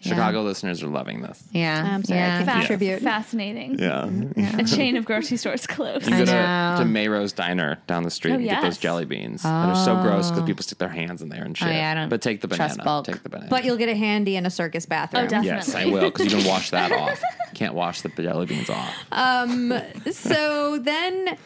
[SPEAKER 3] Chicago listeners are loving this.
[SPEAKER 6] Yeah,
[SPEAKER 2] I'm sorry, I
[SPEAKER 6] yeah.
[SPEAKER 2] can't- Contribute.
[SPEAKER 4] Fascinating.
[SPEAKER 3] Yeah.
[SPEAKER 4] A chain of grocery stores closed.
[SPEAKER 3] You go
[SPEAKER 6] I
[SPEAKER 3] to,
[SPEAKER 6] know.
[SPEAKER 3] to Mayro's Diner down the street
[SPEAKER 4] Oh,
[SPEAKER 3] and get those
[SPEAKER 4] yes.
[SPEAKER 3] jelly beans. That are so gross because people stick their hands in there and shit.
[SPEAKER 6] Oh, yeah, I don't
[SPEAKER 3] but take the
[SPEAKER 6] trust
[SPEAKER 3] banana.
[SPEAKER 6] bulk.
[SPEAKER 3] Take the banana.
[SPEAKER 2] But you'll get a handy in a circus bathroom.
[SPEAKER 4] Oh, definitely.
[SPEAKER 3] yes, I will because you can
[SPEAKER 6] [LAUGHS]
[SPEAKER 3] wash that off. Can't wash the jelly beans off.
[SPEAKER 6] Oh,
[SPEAKER 2] so then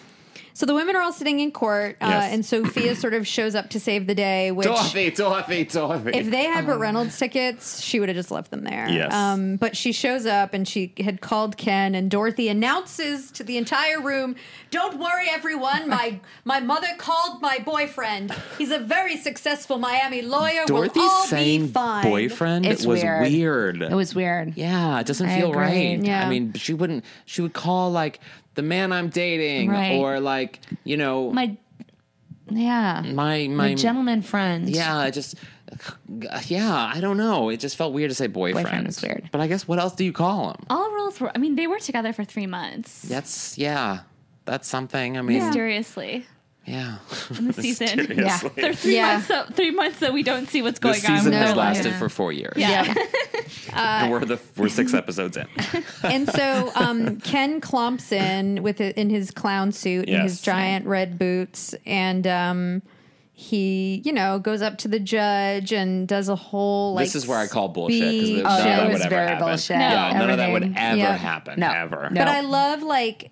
[SPEAKER 2] so the women are all sitting in court uh,
[SPEAKER 3] Yes.
[SPEAKER 2] and Sophia sort of shows up to save the day, which
[SPEAKER 3] Dorothy, Dorothy, Dorothy.
[SPEAKER 2] if they had Burt Reynolds tickets, she would have just left them there.
[SPEAKER 3] Um, Yes.
[SPEAKER 2] Um, but she shows up and she had called Ken, and Dorothy announces to the entire room, "Don't worry,
[SPEAKER 3] [LAUGHS]
[SPEAKER 2] everyone. My my mother called my boyfriend. He's a very successful Miami lawyer.
[SPEAKER 3] Dorothy
[SPEAKER 2] we'll all be
[SPEAKER 3] saying
[SPEAKER 2] fine."
[SPEAKER 3] boyfriend
[SPEAKER 6] It's
[SPEAKER 3] was
[SPEAKER 6] weird.
[SPEAKER 3] weird.
[SPEAKER 6] It was weird.
[SPEAKER 3] Yeah, it doesn't
[SPEAKER 6] I
[SPEAKER 3] feel
[SPEAKER 6] agree.
[SPEAKER 3] right.
[SPEAKER 2] Yeah.
[SPEAKER 3] I mean, but she wouldn't. She would call like the man I'm dating,
[SPEAKER 6] Right.
[SPEAKER 3] or like you know,
[SPEAKER 4] My
[SPEAKER 6] Yeah.
[SPEAKER 3] my my
[SPEAKER 6] My gentleman friend.
[SPEAKER 3] Yeah, I just [SIGHS] yeah, I don't know. It just felt weird to say boyfriend.
[SPEAKER 6] Boyfriend is weird.
[SPEAKER 3] But I guess what else do you call him?
[SPEAKER 4] All roles were. I mean, they were together for three months.
[SPEAKER 3] That's yeah. That's something. I mean, yeah.
[SPEAKER 4] Mysteriously,
[SPEAKER 6] [LAUGHS]
[SPEAKER 3] In
[SPEAKER 4] the season.
[SPEAKER 6] Yeah.
[SPEAKER 4] They're [LAUGHS] three months. So, three months that we don't see what's
[SPEAKER 3] This
[SPEAKER 4] going on.
[SPEAKER 3] season
[SPEAKER 4] with
[SPEAKER 3] has
[SPEAKER 4] their lives.
[SPEAKER 3] lasted for four years.
[SPEAKER 4] Yeah.
[SPEAKER 3] and [LAUGHS] we're the we're six
[SPEAKER 6] [LAUGHS]
[SPEAKER 3] episodes in.
[SPEAKER 2] and so um, Ken Clompson with it in his clown suit and his
[SPEAKER 3] Yes.
[SPEAKER 2] giant red boots, and um, he you know goes up to the judge and does a whole like
[SPEAKER 3] this is where I call bullshit because none
[SPEAKER 2] speech.
[SPEAKER 3] of that
[SPEAKER 6] Oh, it
[SPEAKER 3] would
[SPEAKER 6] was
[SPEAKER 3] ever [LAUGHS]
[SPEAKER 6] very
[SPEAKER 3] happen.
[SPEAKER 6] bullshit.
[SPEAKER 3] Yeah, none of that would
[SPEAKER 6] Everything.
[SPEAKER 3] ever
[SPEAKER 2] Yeah.
[SPEAKER 3] happen.
[SPEAKER 6] No.
[SPEAKER 3] Ever.
[SPEAKER 6] No.
[SPEAKER 2] But I love like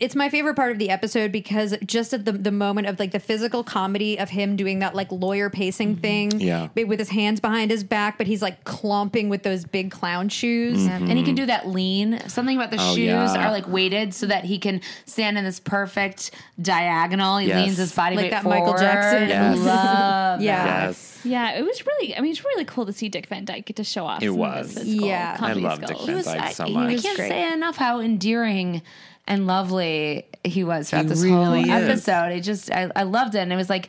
[SPEAKER 2] it's my favorite part of the episode because just at the the moment of like the physical comedy of him doing that like lawyer pacing thing,
[SPEAKER 3] Yeah.
[SPEAKER 2] but with his hands behind his back, but he's like clomping with those big clown shoes.
[SPEAKER 5] And he can do that lean. Something about the
[SPEAKER 3] Hmm. Oh,
[SPEAKER 5] shoes
[SPEAKER 3] yeah.
[SPEAKER 5] are like weighted so that he can stand in this perfect diagonal. He
[SPEAKER 3] Yes.
[SPEAKER 5] leans his body
[SPEAKER 2] Like
[SPEAKER 5] weight
[SPEAKER 2] that
[SPEAKER 5] forward.
[SPEAKER 2] Michael Jackson.
[SPEAKER 3] Yes.
[SPEAKER 5] Love.
[SPEAKER 2] [LAUGHS] Yeah.
[SPEAKER 3] Yes.
[SPEAKER 4] [LAUGHS] Yeah, it was really. I mean, it's really cool to see Dick Van Dyke get to show off.
[SPEAKER 3] It
[SPEAKER 4] some
[SPEAKER 3] was.
[SPEAKER 4] Of his physical
[SPEAKER 2] Yeah. I
[SPEAKER 4] comedy
[SPEAKER 3] loved Dick
[SPEAKER 4] skills.
[SPEAKER 3] Van
[SPEAKER 5] He was,
[SPEAKER 2] uh,
[SPEAKER 3] Dyke
[SPEAKER 5] I,
[SPEAKER 3] so
[SPEAKER 5] he- I
[SPEAKER 3] much.
[SPEAKER 5] can't
[SPEAKER 3] Great.
[SPEAKER 5] say enough how endearing and lovely he was throughout
[SPEAKER 3] He
[SPEAKER 5] this whole
[SPEAKER 3] really is.
[SPEAKER 5] episode. It just, I, I loved it. And it was like,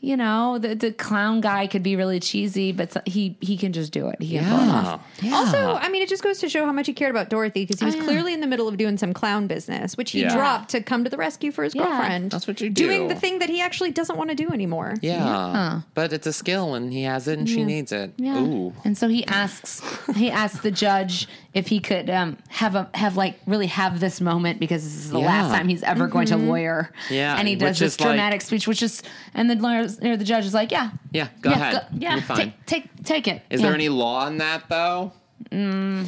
[SPEAKER 5] you know, the, the clown guy could be really cheesy, but so- he he can just do it. He can pull it off.
[SPEAKER 3] Yeah. Yeah.
[SPEAKER 2] Also, I mean, it just goes to show how much he cared about Dorothy because he was clearly in the middle of doing some clown business, which he
[SPEAKER 3] Yeah.
[SPEAKER 2] dropped to come to the rescue for his girlfriend.
[SPEAKER 3] That's what you
[SPEAKER 2] Doing
[SPEAKER 3] do.
[SPEAKER 2] the thing that he actually doesn't want to do anymore.
[SPEAKER 3] yeah. But it's a skill and he has it and she needs it. Ooh.
[SPEAKER 5] And so he asks, he asks the judge if he could um, have a have like really have this moment because this is the
[SPEAKER 3] Yeah.
[SPEAKER 5] last time he's ever going to lawyer.
[SPEAKER 3] Yeah,
[SPEAKER 5] and he
[SPEAKER 3] which
[SPEAKER 5] does this
[SPEAKER 3] is like-
[SPEAKER 5] dramatic speech, which is, and the lawyer or the judge is like, yeah,
[SPEAKER 3] Yeah, go ahead.
[SPEAKER 5] yeah,
[SPEAKER 3] You're fine.
[SPEAKER 5] take take take it.
[SPEAKER 3] Is there any law in that though?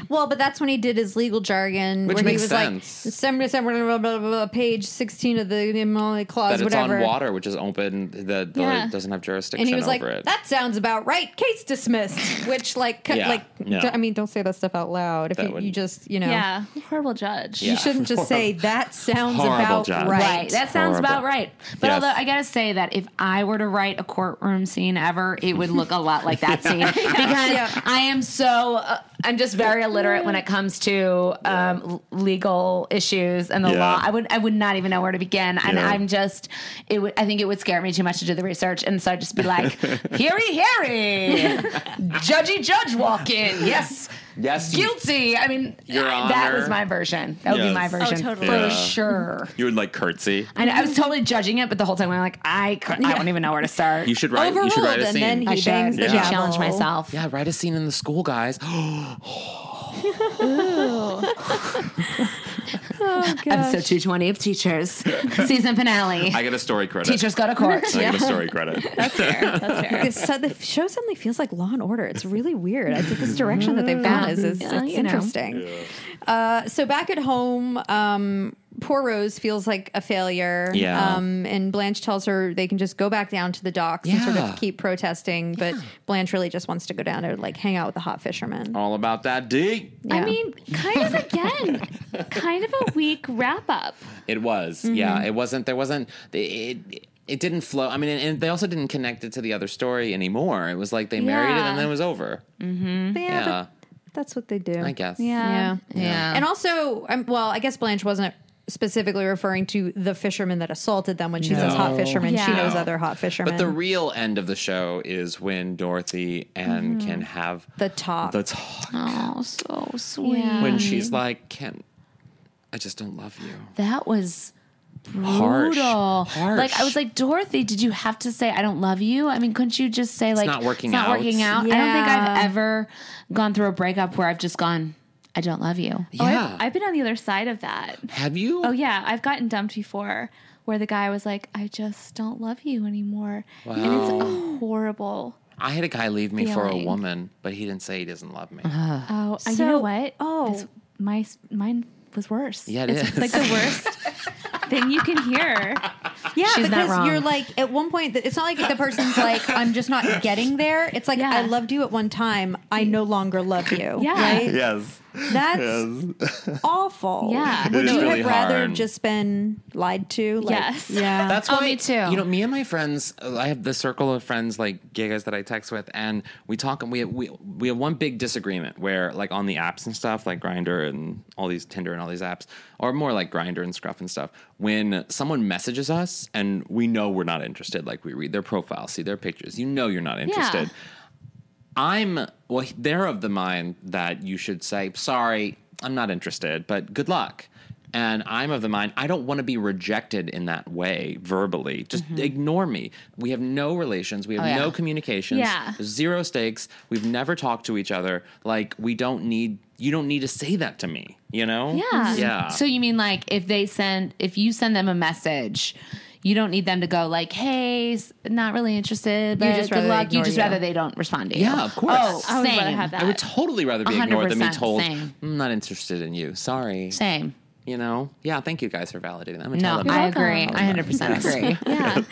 [SPEAKER 2] Well, but that's when he did his legal jargon,
[SPEAKER 3] Which
[SPEAKER 2] where
[SPEAKER 3] makes
[SPEAKER 2] he was like,
[SPEAKER 3] sense.
[SPEAKER 2] "December, December, blah, blah, blah, blah, page sixteen of the Immoly Clause,
[SPEAKER 3] That it's
[SPEAKER 2] whatever."
[SPEAKER 3] on water, which is open. The, the
[SPEAKER 4] Yeah.
[SPEAKER 3] doesn't have jurisdiction
[SPEAKER 2] and he was like,
[SPEAKER 3] over it.
[SPEAKER 2] "That sounds about right.
[SPEAKER 3] [LAUGHS]
[SPEAKER 2] Case dismissed." Which, like, cut
[SPEAKER 3] Yeah,
[SPEAKER 2] like,
[SPEAKER 3] yeah.
[SPEAKER 2] d- I mean, don't say that stuff out loud. If
[SPEAKER 3] That
[SPEAKER 2] you,
[SPEAKER 3] would-
[SPEAKER 2] you just, you know,
[SPEAKER 4] Yeah, horrible judge.
[SPEAKER 3] Yeah.
[SPEAKER 2] you shouldn't
[SPEAKER 3] [LAUGHS]
[SPEAKER 2] just say that sounds
[SPEAKER 3] Horrible
[SPEAKER 2] about
[SPEAKER 3] job.
[SPEAKER 2] right.
[SPEAKER 5] Right. That
[SPEAKER 3] Horrible.
[SPEAKER 5] sounds about right. But
[SPEAKER 3] Yes.
[SPEAKER 5] although I gotta say that if I were to write a courtroom scene ever, it would look a lot like
[SPEAKER 3] [LAUGHS]
[SPEAKER 5] that scene because I am so uh, I'm just very illiterate when it comes to um, l- legal issues and the
[SPEAKER 3] Yeah.
[SPEAKER 5] law. I would I would not even know where to begin, and
[SPEAKER 3] Yeah.
[SPEAKER 5] I'm just it would I think it would scare me too much to do the research, and so I'd just
[SPEAKER 3] [LAUGHS]
[SPEAKER 5] be like, "Heary, heary, judgy judge walk in, yes."
[SPEAKER 3] yes, you-
[SPEAKER 5] Guilty. I mean,
[SPEAKER 3] Your
[SPEAKER 5] that
[SPEAKER 3] Honor.
[SPEAKER 5] was my version. That would be
[SPEAKER 3] Yes.
[SPEAKER 5] my
[SPEAKER 3] Oh,
[SPEAKER 5] version
[SPEAKER 4] totally.
[SPEAKER 5] for
[SPEAKER 3] Yeah.
[SPEAKER 5] sure.
[SPEAKER 3] you would like curtsy.
[SPEAKER 5] I, know, I was totally judging it, but the whole time I'm like, I cou- I don't even know where to start.
[SPEAKER 3] You should write. you
[SPEAKER 2] Overruled,
[SPEAKER 3] should write a
[SPEAKER 2] and
[SPEAKER 3] scene.
[SPEAKER 2] then
[SPEAKER 5] I
[SPEAKER 2] he
[SPEAKER 5] should,
[SPEAKER 2] bangs the
[SPEAKER 5] I should challenge
[SPEAKER 2] gavel.
[SPEAKER 5] myself.
[SPEAKER 3] yeah, write a scene in the school, guys. [GASPS]
[SPEAKER 4] Oh, [LAUGHS]
[SPEAKER 5] Episode 220 of Teachers,
[SPEAKER 3] [LAUGHS]
[SPEAKER 5] season finale.
[SPEAKER 3] I get a story credit.
[SPEAKER 5] Teachers go to court.
[SPEAKER 3] I get a story
[SPEAKER 2] [LAUGHS]
[SPEAKER 3] credit.
[SPEAKER 2] It's so- the show suddenly feels like Law and Order. It's really weird. I think this direction that they've gone is, is
[SPEAKER 5] Mm-hmm. Yeah,
[SPEAKER 2] it's
[SPEAKER 5] you know.
[SPEAKER 2] interesting. Uh, so back at home, um, poor Rose feels like a failure.
[SPEAKER 3] Yeah.
[SPEAKER 2] Um, and Blanche tells her they can just go back down to the docks and sort
[SPEAKER 3] Yeah.
[SPEAKER 2] of keep protesting, but Blanche really just wants to go down there like hang out with the hot fishermen.
[SPEAKER 3] All about that D.
[SPEAKER 4] I
[SPEAKER 2] Yeah.
[SPEAKER 4] mean, kind of again,
[SPEAKER 3] [LAUGHS]
[SPEAKER 4] kind of a weak wrap up.
[SPEAKER 3] It was. Yeah, it wasn't. There wasn't. It, it, it didn't flow. I mean, and, and they also didn't connect it to the other story anymore. It was like they married it
[SPEAKER 4] Yeah.
[SPEAKER 3] and then it was over.
[SPEAKER 2] But yeah,
[SPEAKER 3] Yeah,
[SPEAKER 2] but that's what they do.
[SPEAKER 3] I guess.
[SPEAKER 2] Yeah.
[SPEAKER 5] Yeah.
[SPEAKER 2] And also, um, well, I guess Blanche wasn't specifically referring to the fisherman that assaulted them when she says hot fisherman. She
[SPEAKER 4] Yeah.
[SPEAKER 2] knows other hot fishermen.
[SPEAKER 3] But the real end of the show is when Dorothy and can have
[SPEAKER 2] the top.
[SPEAKER 3] the talk.
[SPEAKER 5] Oh, so sweet.
[SPEAKER 3] when she's like, "Ken, I just don't love you."
[SPEAKER 5] That was
[SPEAKER 3] Harsh.
[SPEAKER 5] brutal.
[SPEAKER 3] Harsh.
[SPEAKER 5] Like, I was like, Dorothy, did you have to say, I don't love you? I mean, couldn't you just say, like,
[SPEAKER 3] not working
[SPEAKER 5] it's not
[SPEAKER 3] out.
[SPEAKER 5] working out? I don't think
[SPEAKER 2] Yeah.
[SPEAKER 5] I've ever gone through a breakup where I've just gone, I don't love you.
[SPEAKER 4] Oh, I've-
[SPEAKER 3] yeah.
[SPEAKER 4] I've, been on the other side of that.
[SPEAKER 3] have you?
[SPEAKER 4] Oh yeah, I've gotten dumped before, where the guy was like, "I just don't love you anymore," and it's a horrible.
[SPEAKER 3] I had a guy leave me for a
[SPEAKER 4] Feeling.
[SPEAKER 3] woman, but he didn't say he doesn't love me.
[SPEAKER 4] Oh, I- you know what?
[SPEAKER 2] oh.
[SPEAKER 4] This- my mine was worse.
[SPEAKER 3] Yeah, it
[SPEAKER 4] it's
[SPEAKER 3] is.
[SPEAKER 4] like the
[SPEAKER 3] [LAUGHS]
[SPEAKER 4] worst thing you can hear.
[SPEAKER 2] Yeah,
[SPEAKER 5] She's not
[SPEAKER 2] because
[SPEAKER 5] wrong.
[SPEAKER 2] you're like at one point. It's not like the person's like, "I'm just not getting there." It's like
[SPEAKER 4] Yeah.
[SPEAKER 2] I loved you at one time. I no longer love you.
[SPEAKER 4] Yeah.
[SPEAKER 2] Right?
[SPEAKER 3] Yes.
[SPEAKER 2] That's awful.
[SPEAKER 4] Yeah. It
[SPEAKER 2] Would
[SPEAKER 3] is
[SPEAKER 2] you
[SPEAKER 3] really
[SPEAKER 2] have rather
[SPEAKER 3] hard.
[SPEAKER 2] just been lied to? Like,
[SPEAKER 4] Yes.
[SPEAKER 2] Yeah.
[SPEAKER 3] That's
[SPEAKER 5] Oh,
[SPEAKER 3] why
[SPEAKER 5] me too.
[SPEAKER 3] You know, me and my friends, uh, I have this circle of friends like gay guys that I text with, and we talk. And we we we have one big disagreement where like on the apps and stuff, like Grinder and all these Tinder and all these apps, or more like Grinder and Scruff and stuff. When someone messages us and we know we're not interested, like we read their profile, see their pictures, you know you're not interested. I'm well. They're of the mind that you should say, "Sorry, I'm not interested," but good luck. And I'm of the mind I don't want to be rejected in that way verbally. Just
[SPEAKER 5] Mm-hmm.
[SPEAKER 3] ignore me. We have no relations.
[SPEAKER 5] Oh,
[SPEAKER 3] We have no communications.
[SPEAKER 4] Yeah.
[SPEAKER 3] There's zero stakes. We've never talked to each other. Like we don't need. You don't need to say that to me. You know. Mm-hmm.
[SPEAKER 4] Yeah.
[SPEAKER 3] Yeah.
[SPEAKER 5] So you mean like if they send if you send them a message, you don't need them to go like, "Hey, s- not really interested." But
[SPEAKER 2] just
[SPEAKER 5] good
[SPEAKER 2] rather they
[SPEAKER 5] luck. You
[SPEAKER 2] ignore
[SPEAKER 5] just
[SPEAKER 2] you.
[SPEAKER 5] rather they don't respond to you.
[SPEAKER 3] Yeah, of course.
[SPEAKER 5] Oh,
[SPEAKER 4] I would rather
[SPEAKER 5] same.
[SPEAKER 4] have that.
[SPEAKER 3] I would totally rather be ignored than be
[SPEAKER 5] 100%
[SPEAKER 3] told,
[SPEAKER 5] same.
[SPEAKER 3] I'm not interested in you. Sorry.
[SPEAKER 5] Same.
[SPEAKER 3] You know? Yeah, thank you guys for validating that. I'm gonna tell
[SPEAKER 5] No,
[SPEAKER 3] them
[SPEAKER 5] I
[SPEAKER 3] that.
[SPEAKER 5] agree.
[SPEAKER 3] Tell them
[SPEAKER 5] I
[SPEAKER 3] that.
[SPEAKER 5] 100% agree.
[SPEAKER 2] Yeah.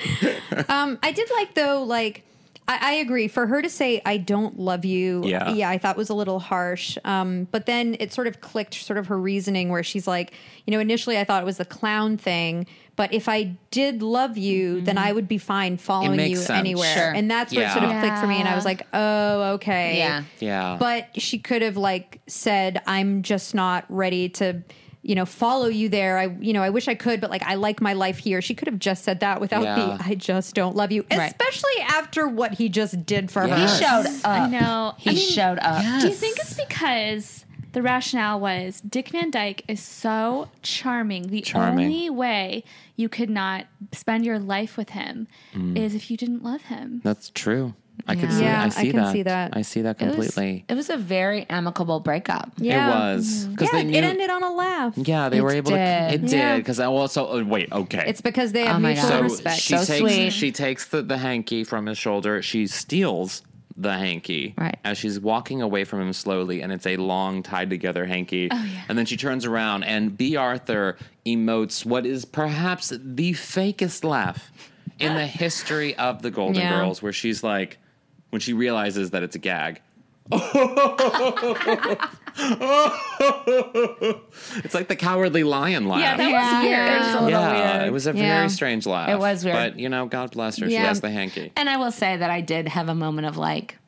[SPEAKER 2] um, I did like though, like I, I agree for her to say "I don't love you."
[SPEAKER 3] Yeah.
[SPEAKER 2] yeah, I thought was a little harsh. Um, but then it sort of clicked, sort of her reasoning where she's like, you know, initially I thought it was the clown thing, but if I did love you, then I would be fine following
[SPEAKER 3] makes
[SPEAKER 2] you
[SPEAKER 3] sense.
[SPEAKER 2] anywhere,
[SPEAKER 5] Mm-hmm. Sure.
[SPEAKER 2] and that's where it sort of
[SPEAKER 3] Yeah.
[SPEAKER 2] clicked for me, and I was like, oh, okay,
[SPEAKER 5] Yeah.
[SPEAKER 3] Yeah.
[SPEAKER 2] But she could have like said, "I'm just not ready to." You know, follow you there. I, you know, I wish I could, but like, I like my life here. She could have just said that without
[SPEAKER 3] Yeah.
[SPEAKER 2] the "I just don't love you,"
[SPEAKER 5] Right.
[SPEAKER 2] especially after what he just did for
[SPEAKER 3] Yes.
[SPEAKER 2] her.
[SPEAKER 5] [LAUGHS] Showed up.
[SPEAKER 4] I know.
[SPEAKER 5] He
[SPEAKER 4] I mean,
[SPEAKER 5] showed up.
[SPEAKER 4] Do you think it's because the rationale was Dick Van Dyke is so charming. The
[SPEAKER 3] Charming.
[SPEAKER 4] only way you could not spend your life with him
[SPEAKER 5] Mm.
[SPEAKER 4] is if you didn't love him.
[SPEAKER 3] That's true. I could
[SPEAKER 5] Yeah.
[SPEAKER 3] see.
[SPEAKER 2] Yeah,
[SPEAKER 3] I
[SPEAKER 2] I
[SPEAKER 3] see
[SPEAKER 2] can
[SPEAKER 3] that.
[SPEAKER 2] see that.
[SPEAKER 3] I see that
[SPEAKER 5] It was-
[SPEAKER 3] completely.
[SPEAKER 5] It was, a very amicable breakup.
[SPEAKER 3] It was because
[SPEAKER 2] Yeah,
[SPEAKER 3] they knew.
[SPEAKER 2] it ended on a laugh.
[SPEAKER 3] yeah, they were
[SPEAKER 5] It
[SPEAKER 3] able
[SPEAKER 5] did.
[SPEAKER 3] to. It
[SPEAKER 2] Yeah.
[SPEAKER 3] did because I also oh, wait. Okay,
[SPEAKER 2] It's because they have
[SPEAKER 5] Oh my
[SPEAKER 2] mutual
[SPEAKER 5] God.
[SPEAKER 3] so
[SPEAKER 2] respect.
[SPEAKER 3] she
[SPEAKER 5] So
[SPEAKER 3] takes
[SPEAKER 5] sweet.
[SPEAKER 3] she takes the, the hanky from his shoulder. She steals the hanky
[SPEAKER 5] Right.
[SPEAKER 3] as she's walking away from him slowly, and it's a long tied together hanky. And then she turns around, and B. Arthur emotes what is perhaps the fakest laugh in the history of the Golden
[SPEAKER 2] Yeah.
[SPEAKER 3] Girls, where she's like, when she realizes that it's a gag. [LAUGHS] it's like the cowardly lion laugh.
[SPEAKER 4] Yeah, that
[SPEAKER 5] Yeah.
[SPEAKER 4] was weird.
[SPEAKER 5] Yeah.
[SPEAKER 4] It was a little
[SPEAKER 3] Yeah,
[SPEAKER 4] weird.
[SPEAKER 3] it was a
[SPEAKER 2] Yeah.
[SPEAKER 3] very strange laugh.
[SPEAKER 5] It was weird.
[SPEAKER 3] But you know, God bless her. She
[SPEAKER 2] Yeah.
[SPEAKER 3] has the hanky.
[SPEAKER 5] And I will say that I did have a moment of like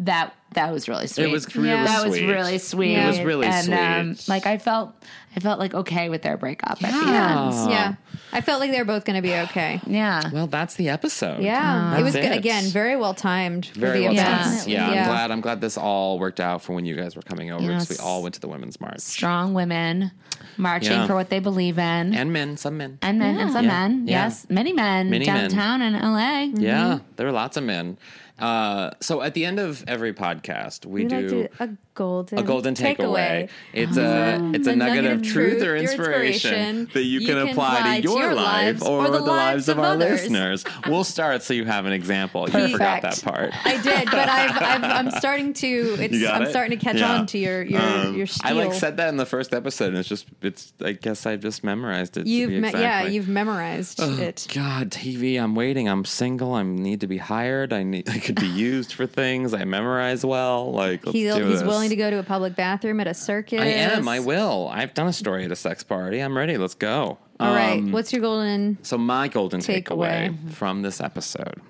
[SPEAKER 5] that. That was really sweet.
[SPEAKER 3] It was really
[SPEAKER 2] Yeah.
[SPEAKER 5] that was
[SPEAKER 3] sweet.
[SPEAKER 5] really sweet.
[SPEAKER 3] It was really
[SPEAKER 5] and, Um,
[SPEAKER 3] sweet.
[SPEAKER 5] like I felt, I felt like okay with their breakup. At the end.
[SPEAKER 3] Yeah.
[SPEAKER 2] yeah, I felt like they were both going to be okay.
[SPEAKER 5] Yeah.
[SPEAKER 3] Well, that's the episode.
[SPEAKER 2] Yeah, it
[SPEAKER 3] Oh That's
[SPEAKER 2] was good.
[SPEAKER 3] it.
[SPEAKER 2] again very well timed. for
[SPEAKER 3] Very
[SPEAKER 2] the
[SPEAKER 3] well
[SPEAKER 2] event.
[SPEAKER 3] done.
[SPEAKER 5] Definitely.
[SPEAKER 3] Yeah,
[SPEAKER 2] Yeah.
[SPEAKER 3] I'm glad. I'm glad this all worked out for when you guys were coming over
[SPEAKER 5] You know,
[SPEAKER 3] because we
[SPEAKER 5] it's-
[SPEAKER 3] all went to the women's march
[SPEAKER 5] Strong women marching
[SPEAKER 3] Yeah.
[SPEAKER 5] for what they believe in.
[SPEAKER 3] and men, some men.
[SPEAKER 5] and men and some
[SPEAKER 3] Yeah.
[SPEAKER 5] men,
[SPEAKER 3] Yeah.
[SPEAKER 5] yes, many men
[SPEAKER 3] Many men.
[SPEAKER 5] downtown in LA.
[SPEAKER 3] Yeah, there were lots of men. Uh, so at the end of every podcast, we,
[SPEAKER 2] We
[SPEAKER 3] do.
[SPEAKER 2] like to a golden
[SPEAKER 3] a golden takeaway.
[SPEAKER 2] takeaway.
[SPEAKER 3] It's a it's a, nugget, of truth, or inspiration, that you can, apply to your, life or, the lives of, our
[SPEAKER 2] others.
[SPEAKER 3] listeners. We'll start so you have an example. You forgot that
[SPEAKER 2] Perfect.
[SPEAKER 3] part.
[SPEAKER 2] I did,
[SPEAKER 3] [LAUGHS]
[SPEAKER 2] but I've, I've, I'm starting to. It's,
[SPEAKER 3] You got
[SPEAKER 2] I'm
[SPEAKER 3] it?
[SPEAKER 2] starting to catch
[SPEAKER 3] Yeah.
[SPEAKER 2] on to your your
[SPEAKER 3] Um,
[SPEAKER 2] your.
[SPEAKER 3] I like
[SPEAKER 2] spiel.
[SPEAKER 3] said that in the first episode, and it's just it's. I guess I've just memorized it. to
[SPEAKER 2] You've
[SPEAKER 3] be
[SPEAKER 2] me- yeah,
[SPEAKER 3] exactly-
[SPEAKER 2] you've memorized it.
[SPEAKER 3] God, TV, I'm waiting. I'm single. I need to be hired. I need. I could [LAUGHS] be used for things. I memorize well. Like let's
[SPEAKER 2] He,
[SPEAKER 3] do
[SPEAKER 2] he's
[SPEAKER 3] this.
[SPEAKER 2] willing to go to a public bathroom at a circus.
[SPEAKER 3] I am. I will. I've done a story at a sex party. I'm ready. Let's go.
[SPEAKER 2] All right.
[SPEAKER 3] Um,
[SPEAKER 2] What's your golden?
[SPEAKER 3] So my golden takeaway
[SPEAKER 2] Takeaway.
[SPEAKER 3] from this episode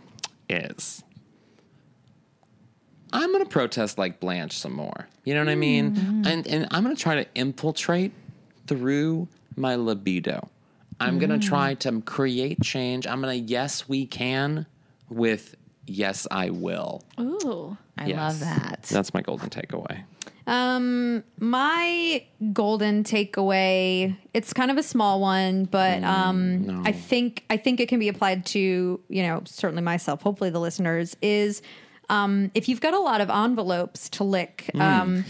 [SPEAKER 3] is I'm going to protest like Blanche some more. You know what I mean?
[SPEAKER 2] Mm-hmm.
[SPEAKER 3] And and I'm going to try to infiltrate through my libido. I'm going
[SPEAKER 2] Mm.
[SPEAKER 3] to try to create change. I'm going to yes we can with yes I will.
[SPEAKER 4] Ooh.
[SPEAKER 5] I
[SPEAKER 3] Yes.
[SPEAKER 5] love that.
[SPEAKER 3] That's my golden takeaway.
[SPEAKER 2] Um, my golden takeaway. It's kind of a small one, but um, I think I think it can be applied to you know certainly myself, hopefully the listeners is. Um, if you've got a lot of envelopes to lick,
[SPEAKER 3] Hmm.
[SPEAKER 2] um,